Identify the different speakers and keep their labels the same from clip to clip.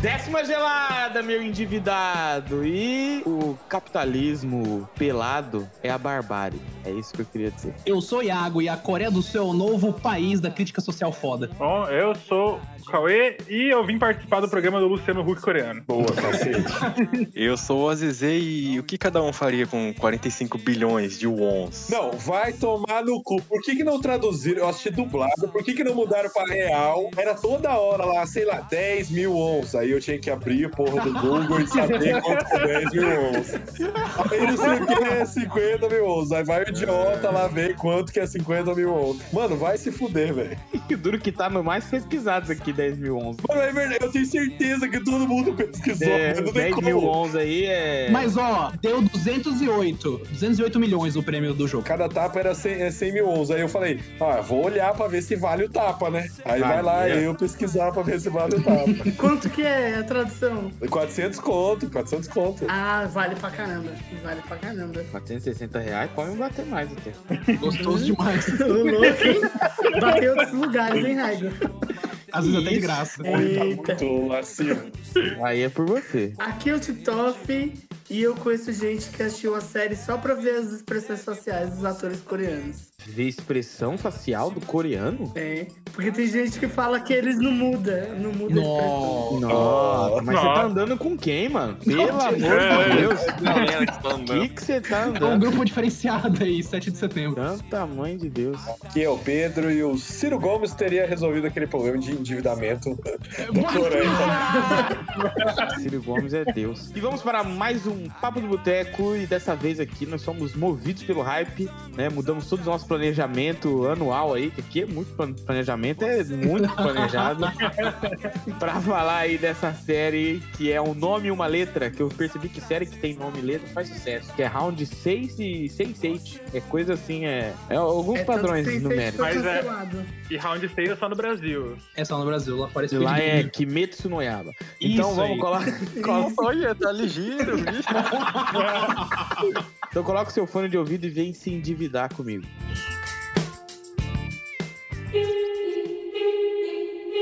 Speaker 1: Décima gelada, meu endividado. E o capitalismo pelado é a barbárie. É isso que eu queria dizer.
Speaker 2: Eu sou Iago e a Coreia do Sul é o novo país da crítica social foda.
Speaker 3: Bom, eu sou o Cauê e eu vim participar do programa do Luciano Huck coreano.
Speaker 4: Boa, cacete.
Speaker 5: Eu sou o Azizê e o que cada um faria com 45 bilhões de wons?
Speaker 4: Não, vai tomar no cu. Por que, que não traduziram? Eu assisti dublado. Por que, que não mudaram pra real? Era toda hora lá, sei lá, 10 mil ons. Aí eu tinha que abrir a porra do Google e saber quantos 10 mil ons. Aí não sei o que é 50 mil ons. Aí vai o idiota lá ver quanto que é 50 mil ons. Mano, vai se fuder, velho.
Speaker 1: Que duro que tá no mais pesquisados aqui, 10.011.
Speaker 4: Mano, é verdade. Eu tenho certeza que todo mundo pesquisou.
Speaker 1: É,
Speaker 4: né? não tem como.
Speaker 1: 10.011 aí é...
Speaker 2: Mas ó, deu 208. 208 milhões o prêmio do jogo.
Speaker 4: Cada tapa era 100, é 100 mil ons. Aí eu falei, ah, vou olhar pra ver se vale o tapa, né? Aí vai lá
Speaker 5: Maravilha.
Speaker 4: eu pesquisar pra ver se vale o tapa.
Speaker 6: Quanto que é a tradução?
Speaker 4: 400 conto, 400 conto.
Speaker 6: Ah, vale pra caramba. Vale pra caramba.
Speaker 1: 460 reais, pode me bater mais até.
Speaker 2: Gostoso demais.
Speaker 6: Bateu outros lugares, hein, Raigo? É,
Speaker 2: Às vezes até de graça.
Speaker 1: É.
Speaker 6: Eita.
Speaker 4: Tô assim.
Speaker 1: Aí é por você.
Speaker 6: Aqui é o Titoff e eu conheço gente que assistiu a série só pra ver as expressões faciais dos atores coreanos.
Speaker 1: Ver expressão facial do coreano?
Speaker 6: É. Porque tem gente que fala que eles não mudam, não muda a expressão.
Speaker 2: Nossa.
Speaker 1: Nossa, mas você
Speaker 3: Nossa.
Speaker 1: tá andando com quem, mano? Pelo amor
Speaker 3: é.
Speaker 1: de Deus. O
Speaker 5: Não,
Speaker 1: que que você tá
Speaker 2: É um
Speaker 1: andando?
Speaker 2: grupo diferenciado aí, 7 de setembro.
Speaker 1: Santa mãe de Deus.
Speaker 4: Aqui é o Pedro e o Ciro Gomes teria resolvido aquele problema de endividamento da Coreia.
Speaker 1: Ciro Gomes é Deus. E vamos para mais um Papo de Boteco. E dessa vez aqui nós somos movidos pelo hype, né? Mudamos todo o nosso planejamento anual aí, que aqui é muito plan- planejamento, é muito planejado. para falar aí dessa série que é um nome e uma letra, que eu percebi que série que tem nome e letra faz sucesso. Que é round 6 e 6-8. É coisa assim, é. é alguns
Speaker 6: É tanto
Speaker 1: padrões
Speaker 6: que tem seis que
Speaker 1: numéricos.
Speaker 6: foi
Speaker 3: Mas é.
Speaker 6: cancelado.
Speaker 3: E round 6 é só no Brasil.
Speaker 2: É só no Brasil, lá fora esse
Speaker 1: E Lá é Kimetsu no Yaba. Então
Speaker 2: Isso
Speaker 1: vamos
Speaker 2: aí.
Speaker 1: colar. colar-
Speaker 5: Olha, tá ligeiro, bicho.
Speaker 1: Então coloca o seu fone de ouvido e vem se endividar comigo.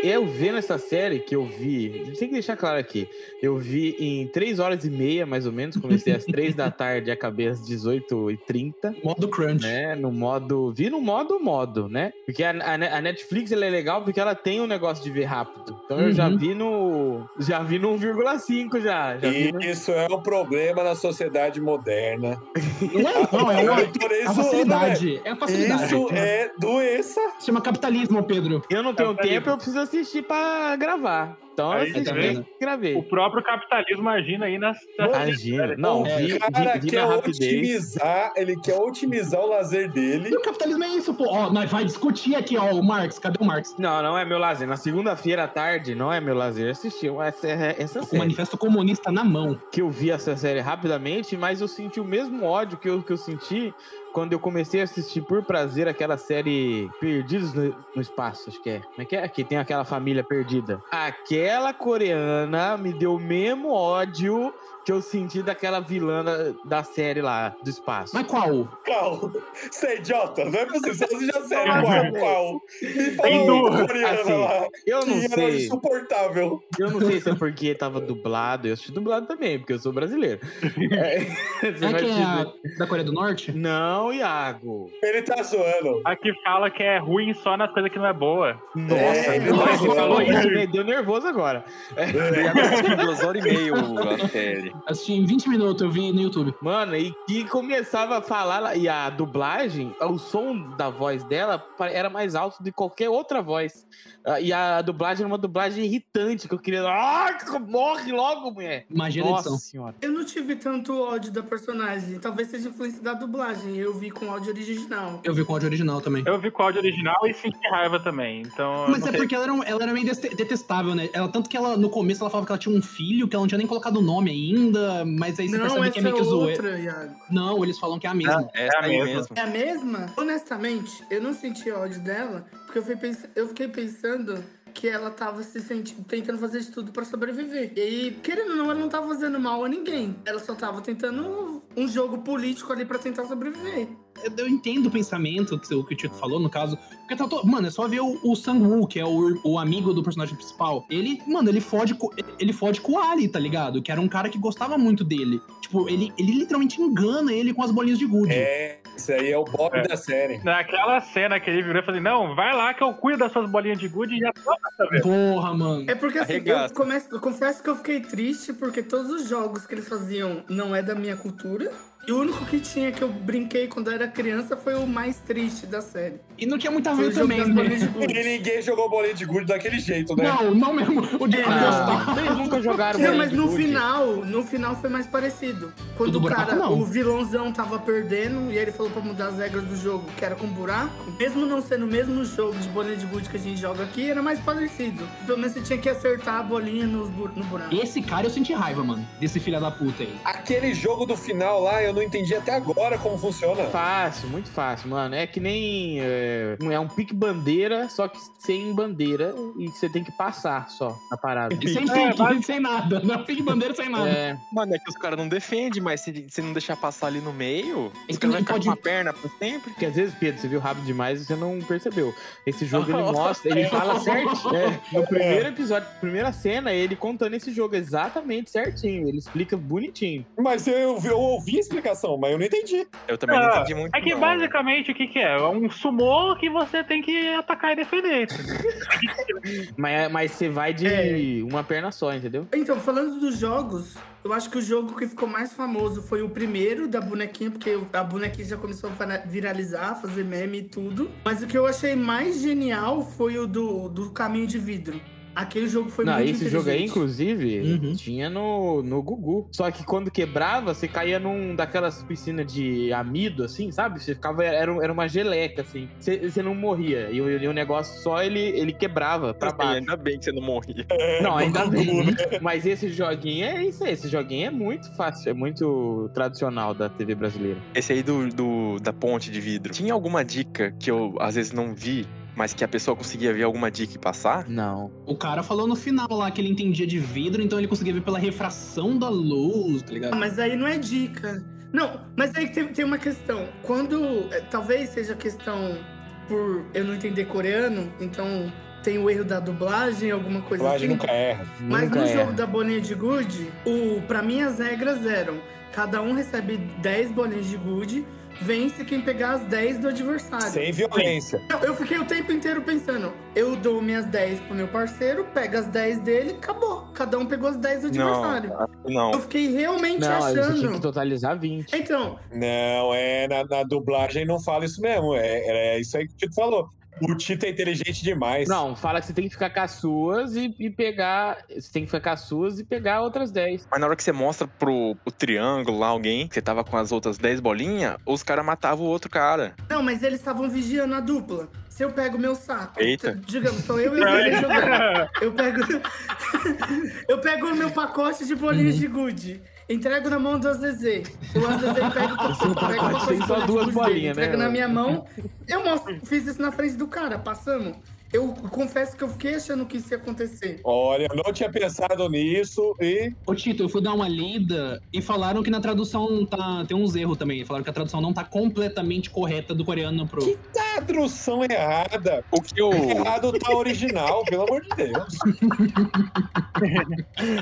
Speaker 1: Eu vendo essa série que eu vi, tem que deixar claro aqui, eu vi em 3 horas e meia, mais ou menos, comecei às 3 da tarde e acabei às 18h30,
Speaker 2: Modo crunch.
Speaker 1: é né, no modo, vi no modo modo, né, porque a, a- a Netflix ela é legal porque ela tem um negócio de ver rápido, então eu já
Speaker 2: Uhum.
Speaker 1: vi no, já vi no 1,5 já, já vi no
Speaker 4: E isso é um problema na sociedade moderna.
Speaker 2: Não, é uma...
Speaker 4: Eu tô nem
Speaker 2: A
Speaker 1: né?
Speaker 4: zoando, velho.
Speaker 2: facilidade. É a facilidade.
Speaker 4: Isso é doença.
Speaker 2: Se chama capitalismo, Pedro.
Speaker 1: Eu não tenho
Speaker 3: Tá
Speaker 1: tempo, eu preciso assistir pra gravar. Então eu
Speaker 3: Aí,
Speaker 1: assisti
Speaker 2: tá
Speaker 1: e
Speaker 2: vendo?
Speaker 3: O
Speaker 1: gravei.
Speaker 3: próprio capitalismo agindo aí nas. nas-
Speaker 1: Imagina. Não,
Speaker 2: É,
Speaker 1: vi,
Speaker 4: O cara
Speaker 1: vi, vi
Speaker 4: quer
Speaker 1: na rapidez.
Speaker 4: otimizar, ele quer otimizar o lazer dele.
Speaker 2: E o capitalismo é isso, pô. Ó, nós vai discutir aqui, ó, o Marx. Cadê o Marx?
Speaker 1: Não, não é meu lazer. Na segunda-feira à tarde, não é meu lazer assistir essa, é, essa
Speaker 2: O
Speaker 1: série.
Speaker 2: manifesto comunista na mão.
Speaker 1: Que eu vi essa série rapidamente, mas eu senti o mesmo ódio que eu, que eu senti quando eu comecei a assistir por prazer aquela série Perdidos no, no Espaço, acho que é. Como é que é? Que tem aquela família perdida. Aquela coreana me deu o mesmo ódio que eu senti daquela vilã da, da série lá, do espaço.
Speaker 2: Mas qual?
Speaker 4: Qual? Você é idiota? Não é possível. Você já sério,
Speaker 3: Não,
Speaker 4: qual?
Speaker 1: velho.
Speaker 4: Qual? Me fala
Speaker 3: Tem
Speaker 4: uma
Speaker 3: duas,
Speaker 4: coreana
Speaker 1: assim.
Speaker 4: lá.
Speaker 1: eu não
Speaker 4: Que era
Speaker 1: sei.
Speaker 4: insuportável.
Speaker 1: Eu não sei se é porque tava dublado. Eu assisti dublado também, porque eu sou brasileiro. É, você
Speaker 2: É
Speaker 1: vai
Speaker 2: que é
Speaker 1: dizer-
Speaker 2: a- da Coreia do Norte?
Speaker 1: Não, Iago.
Speaker 4: Ele tá zoando.
Speaker 3: A que fala que é ruim só nas coisas que não é boa.
Speaker 1: Nossa,
Speaker 4: É,
Speaker 1: meu Deus,
Speaker 4: nossa,
Speaker 1: você falou
Speaker 3: nossa.
Speaker 1: isso, me deu nervoso agora.
Speaker 3: é
Speaker 5: Duas horas e meia a série.
Speaker 2: Assisti em 20 minutos, eu vi no YouTube.
Speaker 1: Mano, e que começava a falar, lá- e a dublagem, o som da voz dela pa- era mais alto de qualquer outra voz. Ah, E a dublagem era uma dublagem irritante, que eu queria. Ah, morre logo, mulher!
Speaker 2: Imagina a
Speaker 1: Nossa
Speaker 2: edição.
Speaker 1: senhora.
Speaker 6: Eu não tive tanto ódio da personagem. Talvez seja influência da dublagem. Eu vi com áudio original.
Speaker 2: Eu vi com o áudio original também.
Speaker 3: Eu vi com o áudio original e senti raiva também. Então. eu
Speaker 2: Mas
Speaker 3: não
Speaker 2: é
Speaker 3: sei.
Speaker 2: porque ela era, um- ela era meio deste- detestável, né? Ela, tanto que ela, no começo, ela falava que ela tinha um filho, que ela não tinha nem colocado o nome ainda, mas aí você
Speaker 6: Não,
Speaker 2: percebe que
Speaker 6: essa
Speaker 2: é
Speaker 6: é
Speaker 2: meio que zoeira.
Speaker 6: outra, Ah. Iago.
Speaker 2: Não, eles falam que é a mesma.
Speaker 5: É,
Speaker 3: a
Speaker 5: aí
Speaker 3: mesma.
Speaker 5: mesmo.
Speaker 6: É a mesma? Honestamente, eu não senti ódio dela, porque eu, fui pens- eu fiquei pensando que ela tava se sentindo, tentando fazer de tudo pra sobreviver. E aí, querendo ou não, ela não tava fazendo mal a ninguém. Ela só tava tentando um jogo político ali pra tentar sobreviver.
Speaker 2: Eu, eu entendo o pensamento que, o- que o Tico falou, no caso. Porque tá to- Mano, é só ver o, o Sang-woo, que é o, o amigo do personagem principal. Ele, mano, ele fode, co- ele fode com o Ali, tá ligado? Que era um cara que gostava muito dele. Tipo, ele, ele literalmente engana ele com as bolinhas de gude.
Speaker 4: É, isso aí é o Bob
Speaker 3: É.
Speaker 4: da série.
Speaker 3: Naquela cena que ele virou e falou assim, não, vai lá que eu cuido das suas bolinhas de gude e já toma essa vez.
Speaker 2: Porra, mano.
Speaker 6: É porque assim, eu,
Speaker 5: Arregaça.
Speaker 6: começo, eu confesso que eu fiquei triste porque todos os jogos que eles faziam não é da minha cultura. E o único que tinha que eu brinquei quando eu era criança foi o mais triste da série.
Speaker 2: E não tinha muito a
Speaker 6: Foi o
Speaker 2: ver
Speaker 6: jogo
Speaker 2: também,
Speaker 6: das
Speaker 2: né?
Speaker 6: bolinhas de
Speaker 4: E
Speaker 6: gude.
Speaker 4: ninguém jogou bolinha de gude daquele jeito, né?
Speaker 2: Não, não mesmo. O Diego
Speaker 6: Ah.
Speaker 2: gostava.
Speaker 1: Vocês nunca jogaram
Speaker 6: Não,
Speaker 1: bolinha
Speaker 6: mas
Speaker 1: de
Speaker 6: no
Speaker 1: gude?
Speaker 6: final, no final foi mais parecido.
Speaker 2: Do
Speaker 6: Quando o
Speaker 2: buraco,
Speaker 6: cara,
Speaker 2: não.
Speaker 6: o vilãozão tava perdendo e ele falou pra mudar as regras do jogo, que era com buraco, mesmo não sendo o mesmo jogo de bolinha de gude que a gente joga aqui, era mais parecido. Pelo menos você tinha que acertar a bolinha nos bu- no buraco.
Speaker 1: Hum?
Speaker 2: Esse cara eu senti raiva, mano. Desse filho da puta aí.
Speaker 4: Aquele jogo do final lá, eu não entendi até agora como funciona.
Speaker 1: Fácil, muito fácil, mano. É que nem. É, um- é um pique-bandeira, só que sem bandeira e você tem que passar só na parada.
Speaker 2: E sem
Speaker 3: É,
Speaker 2: pique, sem nada. Não pique bandeira sem nada.
Speaker 1: É,
Speaker 5: Mano, é que os caras não defendem, mas se, se não deixar passar ali no meio, os
Speaker 2: Então,
Speaker 5: caras vão ficar
Speaker 2: pode-
Speaker 5: com a perna pra sempre.
Speaker 1: porque às vezes, Pedro, você viu rápido demais e você não percebeu. Esse jogo ele
Speaker 5: Nossa.
Speaker 1: mostra, ele fala certinho. É, no primeiro episódio, primeira cena, ele contando esse jogo exatamente certinho. Ele explica bonitinho.
Speaker 4: É. Mas eu, eu ouvi a explicação, mas eu não entendi.
Speaker 5: Eu também
Speaker 3: Ah,
Speaker 5: não entendi muito.
Speaker 3: É que
Speaker 5: não.
Speaker 3: basicamente o que, que é? É um sumô que você tem que atacar e defender.
Speaker 1: Mas, mas você vai de
Speaker 6: É.
Speaker 1: uma perna só, entendeu?
Speaker 6: Então, falando dos jogos, eu acho que o jogo que ficou mais famoso foi o primeiro da bonequinha, porque a bonequinha já começou a vira- viralizar, fazer meme e tudo. Mas o que eu achei mais genial foi o do, do caminho de vidro. Aquele jogo foi
Speaker 1: não,
Speaker 6: muito
Speaker 1: esse jogo é aí,
Speaker 6: inteligente.
Speaker 1: inclusive,
Speaker 2: Uhum.
Speaker 1: tinha no, no Gugu. Só que quando quebrava, você caía num daquelas piscinas de amido, assim, sabe? Você ficava, era, um- era uma geleca, assim. Você, você não morria. E o, e o negócio só ele, ele quebrava pra
Speaker 5: Assim,
Speaker 1: baixo.
Speaker 5: ainda bem que você não morria.
Speaker 1: Não, ainda bem. Mas esse joguinho é isso aí. Esse joguinho é muito fácil, é muito tradicional da TV brasileira.
Speaker 5: Esse aí do, do- da ponte de vidro. Tinha alguma dica que eu às vezes não vi, mas que a pessoa conseguia ver alguma dica e passar?
Speaker 1: Não.
Speaker 2: O cara falou no final lá que ele entendia de vidro, então ele conseguia ver pela refração da luz, tá
Speaker 6: Ah,
Speaker 2: ligado?
Speaker 6: Mas aí não é dica. Não, mas aí tem, tem uma questão. Quando. eh, Talvez seja questão por eu não entender coreano, então tem o erro da dublagem, alguma coisa
Speaker 4: Dublagem
Speaker 6: assim.
Speaker 4: nunca erra.
Speaker 6: Mas
Speaker 1: nunca
Speaker 6: no
Speaker 1: é.
Speaker 6: jogo tá da bolinha de gude, o para mim as regras eram: cada um recebe 10 bolinhas de gude, vence quem pegar as 10 do adversário.
Speaker 4: Sem violência.
Speaker 6: Eu- Eu fiquei o tempo inteiro pensando: eu dou minhas 10 pro meu parceiro, pega as 10 dele, acabou. Cada um pegou as 10 do adversário.
Speaker 5: Não.
Speaker 6: Eu fiquei realmente
Speaker 1: Não, aí você tinha que
Speaker 6: achando.
Speaker 1: totalizar 20.
Speaker 6: Então,
Speaker 4: Não, é na, na dublagem não fala isso mesmo. É, é isso aí que o Tito falou. O Tito é inteligente demais.
Speaker 1: Não, fala que você tem que ficar com as suas e, e pegar. Você tem que ficar com as suas e pegar outras 10.
Speaker 5: Mas na hora que você mostra pro, pro triângulo lá alguém, que você tava com as outras 10 bolinhas, os caras matavam o outro cara.
Speaker 6: não, mas eles estavam vigiando a dupla. Se eu pego meu saco,
Speaker 5: Eita.
Speaker 6: t- digamos, sou eu e você jogando. Eu pego. eu pego o meu pacote de bolinhas
Speaker 1: Uhum.
Speaker 6: de gude. Entrego na mão do AZZ. O AZZ pega o pacote, pega o
Speaker 1: pacote
Speaker 6: pacote
Speaker 1: tem
Speaker 6: de
Speaker 1: só duas
Speaker 6: bolinhas de gude dele,
Speaker 1: bolinhas, né?
Speaker 6: entrega na minha mão. Eu mostro, fiz isso na frente do cara, passamos. Eu confesso que eu fiquei achando que isso ia acontecer.
Speaker 4: Olha, eu não tinha pensado nisso e.
Speaker 2: Ô Tito, eu fui dar uma lida e falaram que na tradução tá, tem uns erros também. Falaram que a tradução não tá completamente correta do coreano pro.
Speaker 4: Que tradução errada.
Speaker 5: O que eu.
Speaker 4: Errado tá original, pelo amor de Deus.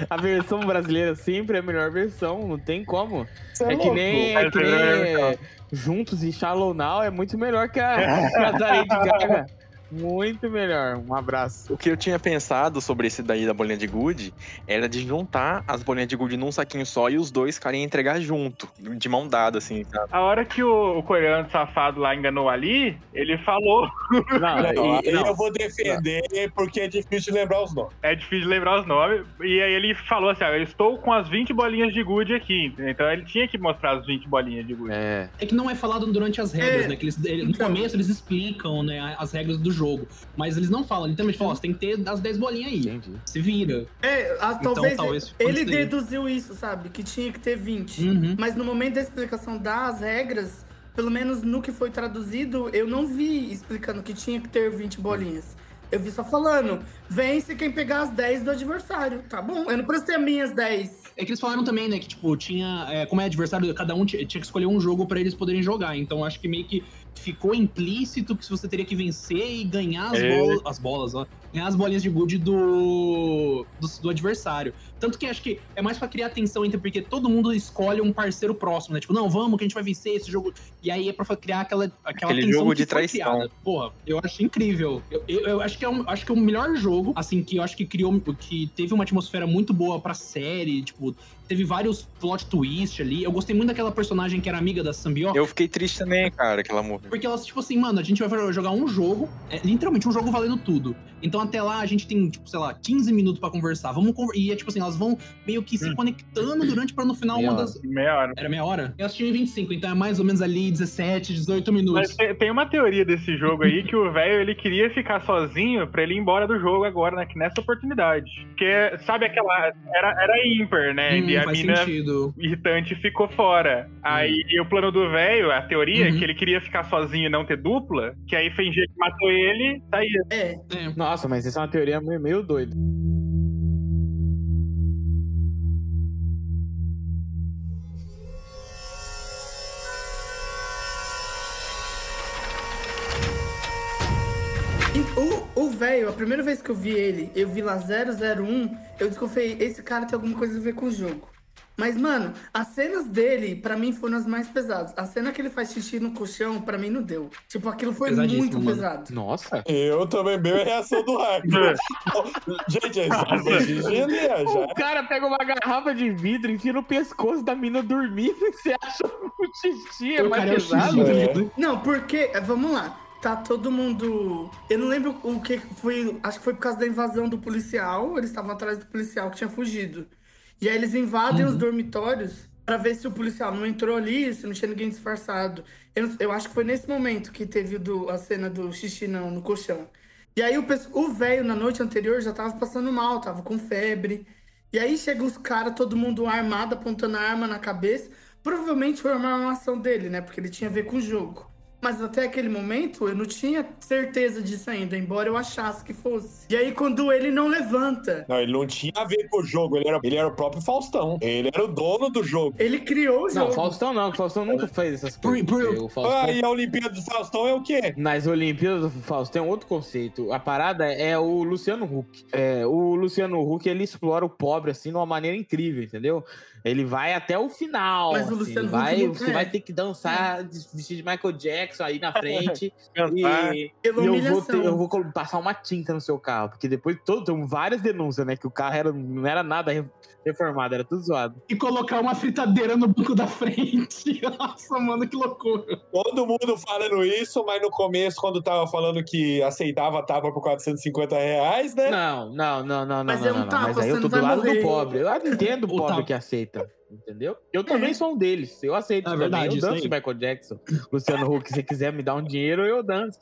Speaker 1: A versão brasileira sempre é a melhor versão, não tem como.
Speaker 4: Você
Speaker 6: Tá
Speaker 1: É que
Speaker 4: louco.
Speaker 1: nem, é que nem é, Juntos e Shallow Now é muito melhor que a, que a da Lady Gaga. Muito melhor. Um abraço.
Speaker 5: O que eu tinha pensado sobre esse daí da bolinha de gude era de juntar as bolinhas de gude num saquinho só e os dois caras iam entregar junto, de mão dada, assim, sabe?
Speaker 3: A hora que o, o coreano safado lá enganou ali, ele falou.
Speaker 1: Não,
Speaker 4: Não,
Speaker 1: e-
Speaker 4: aí
Speaker 1: não.
Speaker 4: eu vou defender porque é difícil lembrar os nomes.
Speaker 3: É difícil lembrar os nomes. E aí ele falou assim: ó, eu estou com as 20 bolinhas de gude aqui. Então ele tinha que mostrar as 20 bolinhas de gude.
Speaker 1: É.
Speaker 2: É que não é falado durante as regras,
Speaker 6: É.
Speaker 2: né? Que eles, ele- no
Speaker 6: Então.
Speaker 2: começo eles explicam né, a- as regras do jogo. Mas eles não falam, literalmente falam, ó, você tem que ter as 10 bolinhas aí.
Speaker 1: Entendi.
Speaker 2: Se vira.
Speaker 6: É, a-
Speaker 2: Então
Speaker 6: talvez,
Speaker 2: talvez foi
Speaker 6: ele
Speaker 2: isso aí.
Speaker 6: deduziu isso, sabe? Que tinha que ter 20.
Speaker 2: Uhum.
Speaker 6: Mas no momento da explicação das regras, pelo menos no que foi traduzido, eu não vi explicando que tinha que ter 20 bolinhas. Eu vi só falando, vence quem pegar as 10 do adversário, tá bom? Eu não prestei as minhas 10.
Speaker 2: É que eles falaram também, né, que, tipo, tinha. é, como é adversário, cada um ti- tinha que escolher um jogo pra eles poderem jogar. Então acho que meio que ficou implícito que você teria que vencer e ganhar as,
Speaker 3: É.
Speaker 2: bolas, as bolas, ó. Ganhar as bolinhas de good do, do, do adversário. Tanto que acho que é mais pra criar tensão entre, porque todo mundo escolhe um parceiro próximo, né? Tipo, não, vamos que a gente vai vencer esse jogo. E aí é pra criar aquela, aquela
Speaker 5: Aquele
Speaker 2: tensão
Speaker 5: jogo
Speaker 2: que
Speaker 5: de
Speaker 2: foi
Speaker 5: traição.
Speaker 2: criada. Porra, eu acho incrível. Eu, eu- eu acho que é um, acho que é o melhor jogo, assim, que eu acho que criou, que teve uma atmosfera muito boa pra série, tipo, teve vários plot twist ali. Eu gostei muito daquela personagem que era amiga da Sambioca.
Speaker 5: Eu fiquei triste também, cara, que ela morreu.
Speaker 2: Porque elas, tipo assim, mano, a gente vai jogar um jogo, é, literalmente um jogo valendo tudo. Então até lá a gente tem, tipo, sei lá, 15 minutos pra conversar. Vamos conver- E é tipo assim, elas vão meio que
Speaker 3: Hum.
Speaker 2: se conectando durante pra no final
Speaker 1: Meia
Speaker 2: uma
Speaker 1: hora.
Speaker 2: das.
Speaker 3: Meia hora.
Speaker 2: Era É. meia hora? Eu assisti em 25, então é mais ou menos ali 17, 18 minutos.
Speaker 3: Mas tem, tem uma teoria desse jogo aí que o velho ele queria ficar sozinho pra ele ir embora do jogo agora, né? que Nessa oportunidade. Porque, sabe aquela. Era, era ímpar, né?
Speaker 2: Hum,
Speaker 3: e a
Speaker 2: faz
Speaker 3: mina
Speaker 2: sentido. Hum.
Speaker 3: irritante ficou fora. Aí e o plano do velho, a teoria, é
Speaker 2: Uhum.
Speaker 3: que ele queria ficar sozinho e não ter dupla, que aí fingia que matou ele, tá saía.
Speaker 6: É,
Speaker 2: É.
Speaker 1: Nossa, mas essa é uma teoria meio, meio doida.
Speaker 6: E O velho, a primeira vez que eu vi ele, eu vi lá 001, eu desconfiei, esse cara tem alguma coisa a ver com o jogo. Mas, mano, as cenas dele, pra mim, foram as mais pesadas. A cena que ele faz xixi no colchão, pra mim, não deu. Tipo, aquilo foi
Speaker 2: Pesadíssimo,
Speaker 6: muito
Speaker 2: mano.
Speaker 6: pesado.
Speaker 1: Nossa.
Speaker 4: Eu também bebo a reação do hype. gente, é risada de genia já.
Speaker 1: O cara pega uma garrafa de vidro, enfia no pescoço da mina dormindo e você acha um xixi, é
Speaker 2: O
Speaker 1: mais
Speaker 2: cara é o
Speaker 1: pesado.
Speaker 2: Shinji, tá ligado?
Speaker 6: Não, porque, eh, vamos lá, tá todo mundo. Eu não lembro o que foi. Acho que foi por causa da invasão do policial. Eles estavam atrás do policial que tinha fugido. E aí eles invadem os dormitórios pra ver se o policial não entrou ali, se não tinha ninguém disfarçado. Eu, não- eu acho que foi nesse momento que teve o do- a cena do xixi no, no colchão. E aí o pes- o velho na noite anterior já tava passando mal, tava com febre. E aí chega os caras, todo mundo armado, apontando a arma na cabeça. Provavelmente foi uma armação dele, né? Porque ele tinha a ver com o jogo. Mas até aquele momento eu não tinha certeza disso ainda, embora eu achasse que fosse. E aí quando ele não levanta,
Speaker 4: Não, ele não tinha a ver com o jogo, ele era, ele era o próprio Faustão. Ele era o dono do jogo.
Speaker 6: ele criou o
Speaker 1: Não,
Speaker 6: jogo.
Speaker 1: Faustão não, Faustão nunca fez essas
Speaker 2: Por-
Speaker 1: coisas.
Speaker 2: por-
Speaker 1: porque o Faustão-
Speaker 4: Ah, e a Olimpíada do Faustão é o quê?
Speaker 1: Nas Olimpíadas do Fausto tem um outro conceito. A parada é o Luciano Huck. É, o Luciano Huck ele explora o pobre assim de uma maneira incrível, entendeu? Ele vai até o final.
Speaker 6: Mas
Speaker 1: assim,
Speaker 6: o Luciano Huck
Speaker 1: vai,
Speaker 6: não-
Speaker 1: você
Speaker 6: é.
Speaker 1: vai ter que dançar vestido de Michael Jackson aí na frente
Speaker 5: Cantar.
Speaker 1: e,
Speaker 6: Pela
Speaker 1: e eu vou ter-
Speaker 6: humilhação.
Speaker 1: eu vou col- passar uma tinta no seu carro, porque depois todo tem várias denúncias, né, que o carro era, não era nada re- reformado, era tudo zoado.
Speaker 2: E colocar uma fritadeira no banco da frente. Nossa, mano, que loucura.
Speaker 4: Todo mundo falando isso, mas no começo, quando tava falando que aceitava tapa por 450 reais, né?
Speaker 1: É. Não, não, não, não, não,
Speaker 6: Mas
Speaker 1: não,
Speaker 6: é um
Speaker 1: não, não.
Speaker 6: tapa,
Speaker 1: Mas aí
Speaker 6: você
Speaker 1: eu tô
Speaker 6: não
Speaker 1: do
Speaker 6: vai
Speaker 1: lado
Speaker 6: morrer.
Speaker 1: do pobre. Eu entendo o
Speaker 2: O
Speaker 1: pobre
Speaker 2: tapa.
Speaker 1: que aceita, entendeu? Eu também sou um deles. Eu aceito
Speaker 2: É
Speaker 1: também.
Speaker 2: verdade,
Speaker 1: eu
Speaker 2: isso
Speaker 1: danço
Speaker 2: aí.
Speaker 1: Michael Jackson. Luciano Huck, se quiser me dar um dinheiro, eu danço.